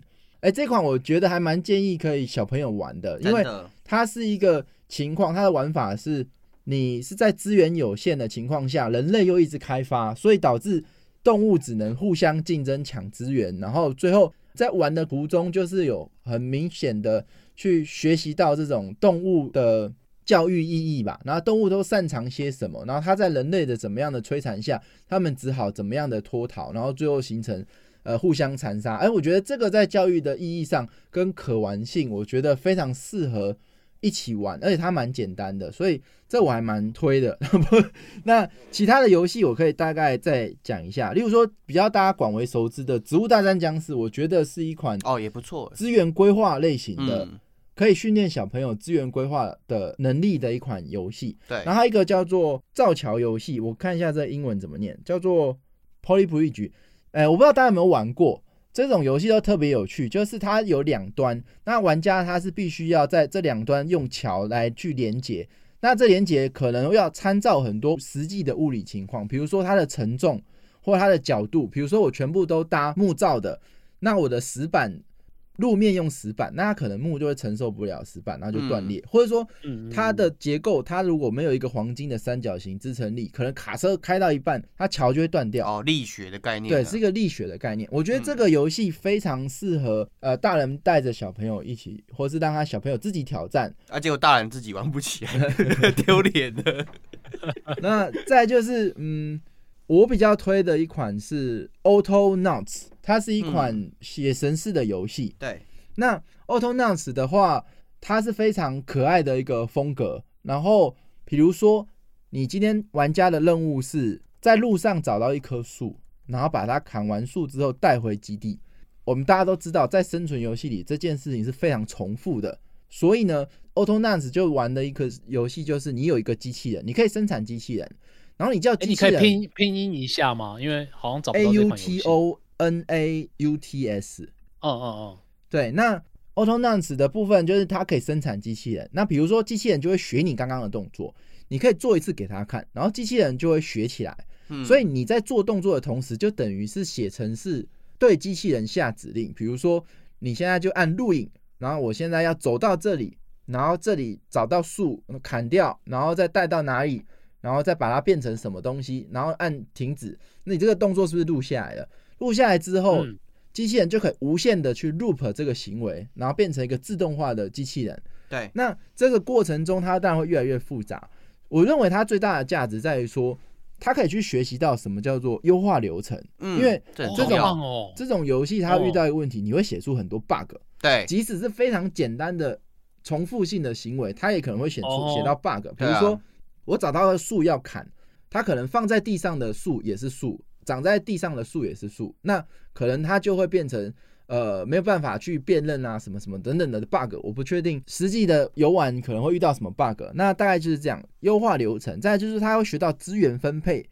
[SPEAKER 1] 哎、这款我觉得还蛮建议可以小朋友玩的，因
[SPEAKER 3] 真
[SPEAKER 1] 为
[SPEAKER 3] 的，
[SPEAKER 1] 它是一个情况，它的玩法是你是在资源有限的情况下，人类又一直开发，所以导致动物只能互相竞争抢资源，然后最后在玩的途中就是有很明显的去学习到这种动物的。教育意义吧，然后动物都擅长些什么，然后它在人类的怎么样的摧残下，它们只好怎么样的脱逃，然后最后形成呃互相残杀。哎、我觉得这个在教育的意义上跟可玩性，我觉得非常适合一起玩，而且它蛮简单的，所以这我还蛮推的。 那其他的游戏我可以大概再讲一下，例如说比较大家广为熟知的《植物大战僵尸》，我觉得是一款
[SPEAKER 3] 哦，也不错，
[SPEAKER 1] 资源规划类型的，
[SPEAKER 3] 嗯，
[SPEAKER 1] 可以训练小朋友资源规划的能力的一款游戏。
[SPEAKER 3] 对，
[SPEAKER 1] 然后还有一个叫做造桥游戏，我看一下这英文怎么念，叫做 Polybridge。哎，我不知道大家有没有玩过这种游戏，都特别有趣，就是它有两端，那玩家他是必须要在这两端用桥来去连接。那这连接可能要参照很多实际的物理情况，比如说它的承重或它的角度，比如说我全部都搭木造的，那我的石板路面用石板，那它可能木就会承受不了石板，然后就断裂，或者说
[SPEAKER 2] 嗯嗯
[SPEAKER 1] 它
[SPEAKER 2] 嗯
[SPEAKER 1] 的结构，它如果没有一个黄金的三角形支撑力，可能卡车开到一半，它桥就会断掉。
[SPEAKER 3] 哦，力学的概念啊，
[SPEAKER 1] 对，是一个力学的概念。我觉
[SPEAKER 2] 嗯
[SPEAKER 1] 得这个游戏非常适合呃大人带着小朋友一起，或是让他小朋友自己挑战。
[SPEAKER 3] 啊，结果大人自己玩不 起来，丢脸的。
[SPEAKER 1] 那再就是，嗯，我比较推的一款是 Auto Nuts，它是一款写神式的游戏。
[SPEAKER 3] 对，
[SPEAKER 1] 那 Auto Nuts 的话，它是非常可爱的一个风格。然后，比如说，你今天玩家的任务是在路上找到一棵树，然后把它砍完树之后带回基地。我们大家都知道，在生存游戏里这件事情是非常重复的，所以呢，Auto Nuts 就玩的一个游戏就是你有一个机器人，你可以生产机器人，然后你叫
[SPEAKER 2] 哎，
[SPEAKER 1] 机
[SPEAKER 2] 你
[SPEAKER 1] 器
[SPEAKER 2] 可以
[SPEAKER 1] 人
[SPEAKER 2] 拼拼音一下吗？因为好像找不
[SPEAKER 1] A
[SPEAKER 2] 到这
[SPEAKER 1] U
[SPEAKER 2] 款游
[SPEAKER 1] T
[SPEAKER 2] 戏。
[SPEAKER 1] O N A U T S，
[SPEAKER 2] 嗯嗯
[SPEAKER 1] 对，那 Auto Nuts 的部分就是它可以生产机器人，那比如说机器人就会学你刚刚的动作，你可以做一次给他看，然后机器人就会学起来。
[SPEAKER 3] 嗯
[SPEAKER 1] 所以你在做动作的同时，就等于是写程式对机器人下指令。比如说，你现在就按录影，然后我现在要走到这里，然后这里找到树砍掉，然后再带到哪里，然后再把它变成什么东西，然后按停止。那你这个动作是不是录下来了？录下来之后，
[SPEAKER 2] 嗯
[SPEAKER 1] 机器人就可以无限的去 loop 这个行为，然后变成一个自动化的机器人。
[SPEAKER 3] 对，
[SPEAKER 1] 那这个过程中，它当然会越来越复杂。我认为它最大的价值在于说，它可以去学习到什么叫做优化流程，
[SPEAKER 3] 嗯
[SPEAKER 1] 因为
[SPEAKER 3] 这很
[SPEAKER 1] 这
[SPEAKER 3] 重
[SPEAKER 1] 种、
[SPEAKER 3] 要
[SPEAKER 2] 棒哦
[SPEAKER 1] 这种游戏它遇到一个问题，你会写出很多 bug，
[SPEAKER 3] 哦对，
[SPEAKER 1] 即使是非常简单的重复性的行为，它也可能会写出
[SPEAKER 2] 哦
[SPEAKER 1] 写到 bug。比
[SPEAKER 3] 对
[SPEAKER 1] 如
[SPEAKER 3] 啊
[SPEAKER 1] 说，我找到了树要砍，它可能放在地上的树也是树，长在地上的树也是树，那可能它就会变成呃没有办法去辨认啊什么什么等等的 bug，我不确定实际的游玩可能会遇到什么 bug。那大概就是这样，优化流程，再来就是它会学到资源分配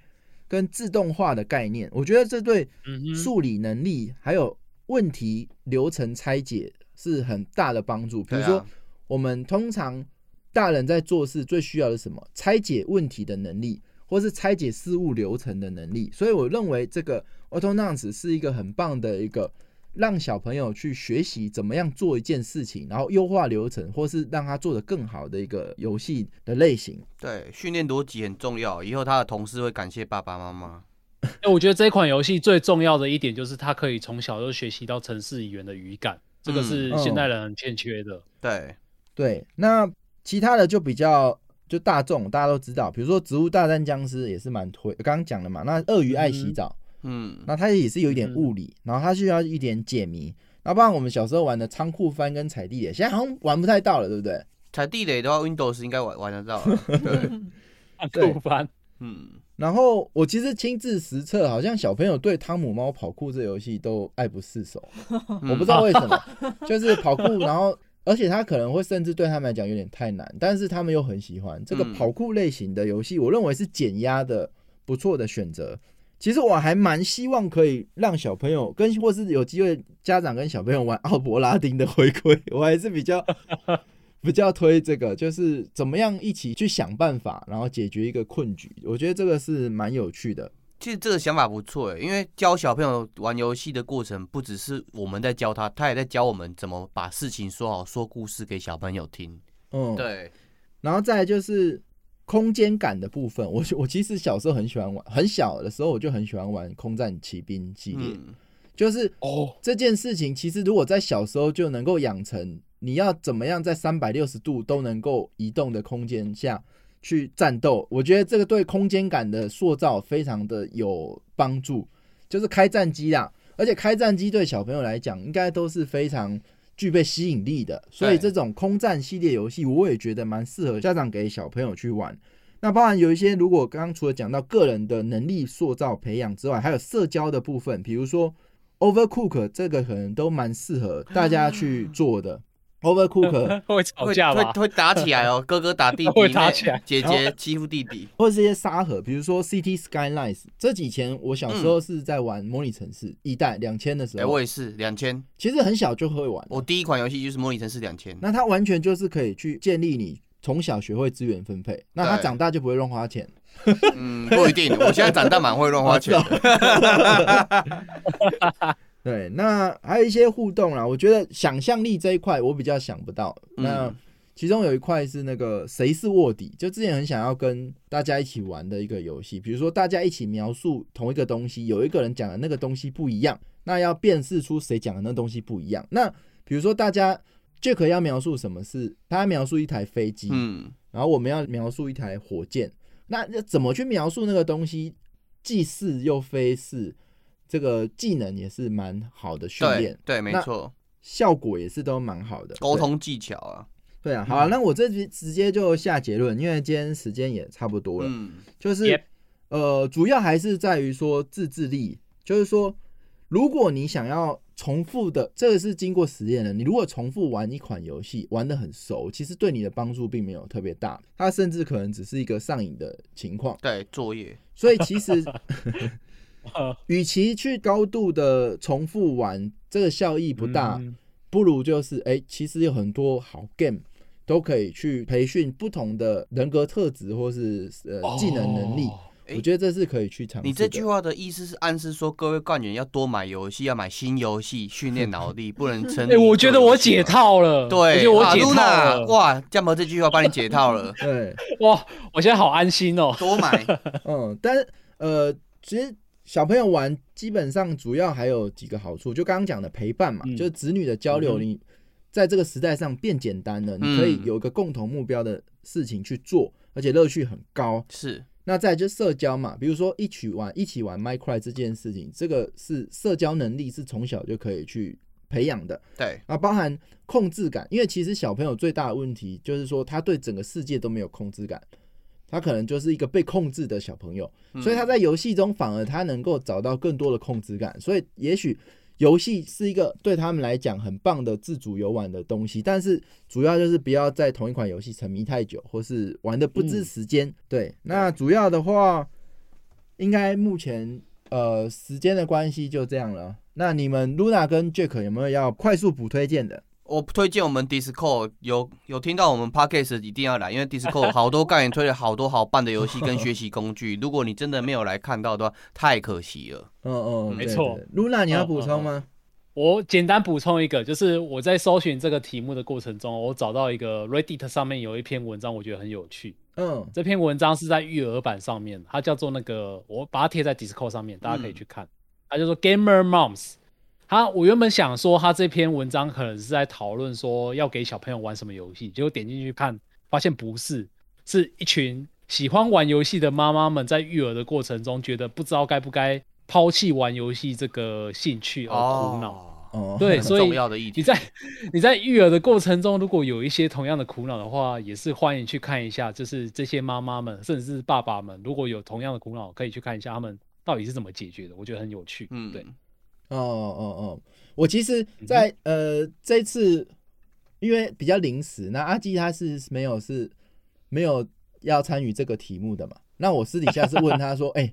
[SPEAKER 1] 跟自动化的概念，我觉得这对
[SPEAKER 2] 嗯哼
[SPEAKER 1] 数理能力还有问题流程拆解是很大的帮助。比如
[SPEAKER 3] 对
[SPEAKER 1] 说
[SPEAKER 3] 啊，
[SPEAKER 1] 我们通常大人在做事最需要的是什么？拆解问题的能力，或是拆解事物流程的能力。所以我认为这个 Auto Nuts 是一个很棒的一个让小朋友去学习怎么样做一件事情，然后优化流程，或是让他做得更好的一个游戏的类型。
[SPEAKER 3] 对，训练逻辑很重要，以后他的同事会感谢爸爸妈妈。
[SPEAKER 2] 嗯。哎，我觉得这款游戏最重要的一点就是它可以从小就学习到城市语言的语感，这个
[SPEAKER 3] 嗯
[SPEAKER 2] 是
[SPEAKER 1] 嗯
[SPEAKER 2] 现代人很欠缺的。哎
[SPEAKER 3] 对，
[SPEAKER 1] 对，那其他的就比较就大众，大家都知道，比如说《植物大战僵尸》也是蛮推，刚刚讲了嘛。那鳄鱼爱洗澡，
[SPEAKER 3] 嗯，
[SPEAKER 1] 那它也是有一点物理，然后它需要一点解谜。那不然我们小时候玩的仓库翻跟踩地雷，现在好像玩不太到了，对不对？
[SPEAKER 3] 踩地雷的话，Windows 应该玩玩得到 啊。 对，
[SPEAKER 2] 按
[SPEAKER 1] 对
[SPEAKER 2] 酷翻，
[SPEAKER 3] 嗯，
[SPEAKER 1] 然后我其实亲自实测，好像小朋友对汤姆猫跑酷这游戏都爱不释手，我
[SPEAKER 3] 我
[SPEAKER 2] 嗯
[SPEAKER 4] 嗯
[SPEAKER 1] 不知道为 什么， 就是跑酷，然后而且它可能会甚至对他们来讲有点太难，但是他们又很喜欢这个
[SPEAKER 3] 嗯
[SPEAKER 1] 跑酷类型的游戏，我认为是减压的不错的选择。其实我还蛮希望可以让小朋友跟或是有机会家长跟小朋友玩奥伯拉丁的回归，我还是比较比较推这个，就是怎么样一起去想办法，然后解决一个困局，我觉得这个是蛮有趣的。
[SPEAKER 3] 其实这个想法不错欸诶，因为教小朋友玩游戏的过程，不只是我们在教他，他也在教我们怎么把事情说好，说故事给小朋友听。
[SPEAKER 1] 嗯，
[SPEAKER 3] 对，
[SPEAKER 1] 然后再来就是空间感的部分，我 我其实小时候很喜欢玩，很小的时候我就很喜欢玩《空战骑兵》系列，
[SPEAKER 3] 嗯，
[SPEAKER 1] 就是
[SPEAKER 2] 哦
[SPEAKER 1] 这件事情，其实如果在小时候就能够养成，你要怎么样在三百六十度都能够移动的空间下去战斗，我觉得这个对空间感的塑造非常的有帮助，就是开战机啦，而且开战机对小朋友来讲应该都是非常。具备吸引力的，所以
[SPEAKER 3] 对
[SPEAKER 1] 这种空战系列游戏，我也觉得蛮适合家长给小朋友去玩。那包含有一些，如果刚刚除了讲到个人的能力塑造培养之外，还有社交的部分，比如说 Overcook 这个可能都蛮适合大家去做 的。Overcook
[SPEAKER 2] 会吵
[SPEAKER 3] 会
[SPEAKER 2] 架
[SPEAKER 3] 会
[SPEAKER 2] 吧？
[SPEAKER 3] 会打起来哦，哥哥打弟弟，
[SPEAKER 2] 会打起来
[SPEAKER 3] 妹姐姐欺负弟弟。
[SPEAKER 1] 或者是一些沙盒，比如说 City Skylines，这几前我小
[SPEAKER 2] 嗯
[SPEAKER 1] 时候是在玩模拟城市一代两千的时
[SPEAKER 3] 哎、
[SPEAKER 1] 候，
[SPEAKER 3] 我也是两千，
[SPEAKER 1] 其实很小就会玩。
[SPEAKER 3] 我第一款游戏就是《模拟城市两千》。
[SPEAKER 1] 那它完全就是可以去建立你从小学会资源分配，那它
[SPEAKER 3] 对
[SPEAKER 1] 长大就不会乱花钱。
[SPEAKER 5] Mm.
[SPEAKER 3] 嗯，不一定，我现在长大蛮会乱花钱的。
[SPEAKER 1] 对，那还有一些互动啦，我觉得想象力这一块我比较想不到。
[SPEAKER 3] 嗯
[SPEAKER 1] 那其中有一块是那个谁是卧底，就之前很想要跟大家一起玩的一个游戏，比如说大家一起描述同一个东西，有一个人讲的那个东西不一样，那要辨识出谁讲的那东西不一样。那比如说大家 Jack 要描述什么是，他要描述一台飞机，
[SPEAKER 3] 嗯，
[SPEAKER 1] 然后我们要描述一台火箭，那那怎么去描述那个东西，既是又非是，这个技能也是蛮好的训
[SPEAKER 3] 对
[SPEAKER 1] 练，
[SPEAKER 3] 对，没
[SPEAKER 1] 那
[SPEAKER 3] 错，
[SPEAKER 1] 效果也是都蛮好的。
[SPEAKER 3] 沟
[SPEAKER 1] 对
[SPEAKER 3] 通技巧啊，
[SPEAKER 1] 对啊，好啊那我这集直接就下结论，因为今天时间也差不多了，
[SPEAKER 3] 嗯，
[SPEAKER 1] 就是
[SPEAKER 2] Yep
[SPEAKER 1] 呃，主要还是在于说自制力，就是说，如果你想要重复的，这个是经过实验的，你如果重复玩一款游戏，玩的很熟，其实对你的帮助并没有特别大，它甚至可能只是一个上瘾的情况。
[SPEAKER 3] 对，作业，
[SPEAKER 1] 所以其实，与其去高度的重复玩，这个效益不大，
[SPEAKER 2] 嗯
[SPEAKER 1] 不如就是哎、其实有很多好 game 都可以去培训不同的人格特质或是呃技能能力。
[SPEAKER 2] 哦
[SPEAKER 1] 我觉得这是可以去尝试的。，
[SPEAKER 3] 你这句话的意思是暗示说各位干员要多买游戏，要买新游戏训练脑力，不能沉迷
[SPEAKER 2] 哎、我
[SPEAKER 3] 旧
[SPEAKER 2] 觉得
[SPEAKER 3] 游
[SPEAKER 2] 我
[SPEAKER 3] 戏
[SPEAKER 2] 解
[SPEAKER 3] 了。
[SPEAKER 2] 套了，我觉
[SPEAKER 3] 对，
[SPEAKER 2] 得我
[SPEAKER 3] 啊
[SPEAKER 2] 解套
[SPEAKER 3] Luna，
[SPEAKER 2] 了，
[SPEAKER 3] 哇，江博这句话帮你解套了
[SPEAKER 1] 对，
[SPEAKER 2] 哇，我现在好安心哦。
[SPEAKER 3] 多买，
[SPEAKER 1] 嗯，但是呃，其实小朋友玩基本上主要还有几个好处，就刚刚讲的陪伴嘛，
[SPEAKER 2] 嗯
[SPEAKER 1] 就是子女的交流，
[SPEAKER 2] 嗯
[SPEAKER 1] 你在这个时代上变简单了，你可以
[SPEAKER 3] 嗯
[SPEAKER 1] 有一个共同目标的事情去做，而且乐趣很高。
[SPEAKER 3] 是
[SPEAKER 1] 那再来就是社交嘛，比如说一起玩一起玩 Minecraft 这件事情，这个是社交能力是从小就可以去培养的。
[SPEAKER 3] 对，
[SPEAKER 1] 啊，包含控制感，因为其实小朋友最大的问题就是说，他对整个世界都没有控制感，他可能就是一个被控制的小朋友，所以他在游戏中反而他能够找到更多的控制感，所以也许游戏是一个对他们来讲很棒的自主游玩的东西，但是主要就是不要在同一款游戏沉迷太久，或是玩的不
[SPEAKER 2] 嗯
[SPEAKER 1] 知时间。对，那主要的话，应该目前呃时间的关系就这样了。那你们 Luna 跟 Jack 有没有要快速补推荐的？
[SPEAKER 3] 我推荐我们 Discord 有有听到我们 Podcast 一定要来，因为 Discord 好多干员推了好多好棒的游戏跟学习工具，如果你真的没有来看到的话，太可惜了。
[SPEAKER 1] 嗯嗯，
[SPEAKER 2] 没
[SPEAKER 1] 对
[SPEAKER 2] 错。嗯
[SPEAKER 1] 对 Luna，你要补充吗？
[SPEAKER 2] 我简单补充一个，就是我在搜寻这个题目的过程中，我找到一个 Reddit 上面有一篇文章，我觉得很有趣。
[SPEAKER 1] 嗯
[SPEAKER 2] 这篇文章是在育儿版上面，它叫做那个，我把它贴在 Discord 上面，大家可以去看。它叫做 Gamer Moms。它我原本想说，它这篇文章可能是在讨论说要给小朋友玩什么游戏，结果点进去看，发现不是，是一群喜欢玩游戏的妈妈们在育儿的过程中，觉得不知道该不该抛弃玩游戏这个兴趣而苦恼。
[SPEAKER 3] 哦，
[SPEAKER 1] 哦，
[SPEAKER 2] 对，
[SPEAKER 3] 很
[SPEAKER 2] 所以
[SPEAKER 3] 重要的一
[SPEAKER 2] 你
[SPEAKER 3] 题。
[SPEAKER 2] 在你在育儿的过程中，如果有一些同样的苦恼的话，也是欢迎去看一下，就是这些妈妈们甚至是爸爸们，如果有同样的苦恼，可以去看一下他们到底是怎么解决的，我觉得很有趣。
[SPEAKER 3] 嗯，
[SPEAKER 2] 对，
[SPEAKER 1] 哦哦哦，我其实在，呃这次，因为比较临时，那阿基他是没有是没有要参与这个题目的嘛。那我私底下是问他说， 哎、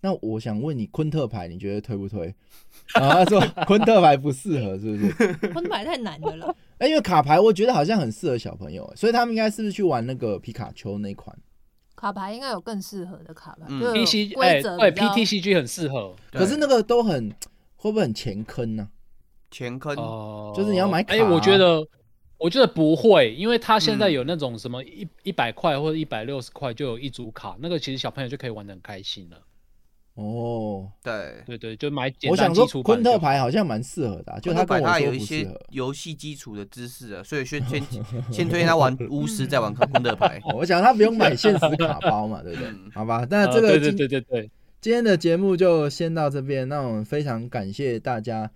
[SPEAKER 1] 那我想问你昆特牌，你觉得推不推？然后他说昆特牌不适合，是不是？
[SPEAKER 4] 昆牌太难的了，
[SPEAKER 1] 哎、因为卡牌我觉得好像很适合小朋友，所以他们应该是不是去玩那个皮卡丘那款？
[SPEAKER 9] 卡牌应该有更适合的卡牌，
[SPEAKER 3] 嗯
[SPEAKER 9] 就
[SPEAKER 2] P
[SPEAKER 9] 是
[SPEAKER 2] C 哎、
[SPEAKER 9] 规则
[SPEAKER 2] 对
[SPEAKER 9] 比较
[SPEAKER 2] P T C G 很适合
[SPEAKER 1] 可是那个都很会不会很前坑呢、
[SPEAKER 3] 前坑
[SPEAKER 2] 哦
[SPEAKER 1] 就是你要买
[SPEAKER 2] 哎、
[SPEAKER 1] 卡啊
[SPEAKER 2] 我觉得我觉得不会，因为他现在
[SPEAKER 3] 嗯
[SPEAKER 2] 有那种什么一一百块或者一百六十块就有一组卡，那个其实小朋友就可以玩的很开心了。
[SPEAKER 1] 哦，
[SPEAKER 3] 对，
[SPEAKER 2] 对对，就买简
[SPEAKER 1] 我
[SPEAKER 2] 单
[SPEAKER 1] 想
[SPEAKER 2] 基
[SPEAKER 1] 说
[SPEAKER 2] 础版
[SPEAKER 1] 昆
[SPEAKER 2] 就
[SPEAKER 1] 特
[SPEAKER 2] 好。
[SPEAKER 1] 牌好像蛮适合的啊、就
[SPEAKER 3] 昆
[SPEAKER 1] 他
[SPEAKER 3] 特
[SPEAKER 1] 跟
[SPEAKER 3] 牌
[SPEAKER 1] 我
[SPEAKER 3] 它
[SPEAKER 1] 说
[SPEAKER 3] 有一
[SPEAKER 1] 不适
[SPEAKER 3] 些
[SPEAKER 1] 合。
[SPEAKER 3] 游戏基础的知识啊，所以先先 先推他玩巫师，再玩昆特牌。
[SPEAKER 1] 哦我想他不用买限时卡包嘛，对不对
[SPEAKER 3] 嗯？
[SPEAKER 1] 好吧，那
[SPEAKER 2] 呃
[SPEAKER 1] 啊这个
[SPEAKER 2] 对
[SPEAKER 1] 今、
[SPEAKER 2] 对对对对，
[SPEAKER 1] 今天的节目就先到这边。那我们非常感谢大家，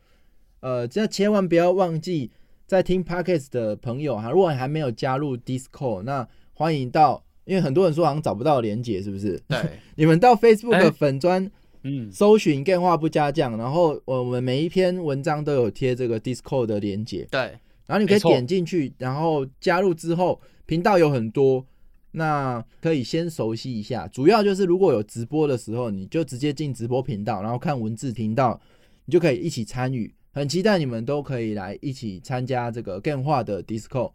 [SPEAKER 1] 呃，这千万不要忘记在听 Podcast 的朋友啊哈，如果你还没有加入 Discord，那欢迎到，因为很多人说好像找不到连结，是不是？
[SPEAKER 3] 对，
[SPEAKER 1] 你们到 Facebook
[SPEAKER 2] 哎
[SPEAKER 1] 的粉砖
[SPEAKER 2] 嗯，
[SPEAKER 1] 搜寻“电话不加酱”，然后我们每一篇文章都有贴这个 Discord 的连结。
[SPEAKER 3] 对，
[SPEAKER 1] 然后你可以
[SPEAKER 2] 没错
[SPEAKER 1] 点进去，然后加入之后，频道有很多，那可以先熟悉一下。主要就是如果有直播的时候，你就直接进直播频道，然后看文字频道，你就可以一起参与。很期待你们都可以来一起参加这个电话的 Disco。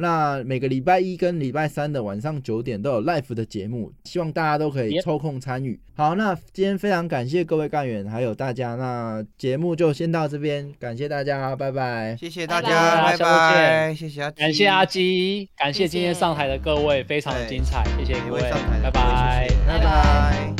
[SPEAKER 1] 那每个礼拜一跟礼拜三的晚上九点都有 live 的节目，希望大家都可以
[SPEAKER 2] Yep
[SPEAKER 1] 抽空参与。好，那今天非常感谢各位干员还有大家，那节目就先到这边，感谢大家，拜拜。
[SPEAKER 3] 谢谢大
[SPEAKER 4] 拜
[SPEAKER 3] 家，
[SPEAKER 2] 拜
[SPEAKER 3] 拜
[SPEAKER 2] 下周
[SPEAKER 3] 拜，
[SPEAKER 2] 见
[SPEAKER 3] 谢谢阿，
[SPEAKER 2] 感谢阿，基，感谢今天
[SPEAKER 4] 谢谢
[SPEAKER 2] 上台的各位，非常的精彩，谢谢
[SPEAKER 3] 每
[SPEAKER 2] 各
[SPEAKER 3] 位
[SPEAKER 2] 位
[SPEAKER 3] 上台，
[SPEAKER 2] 拜拜。
[SPEAKER 3] 拜拜。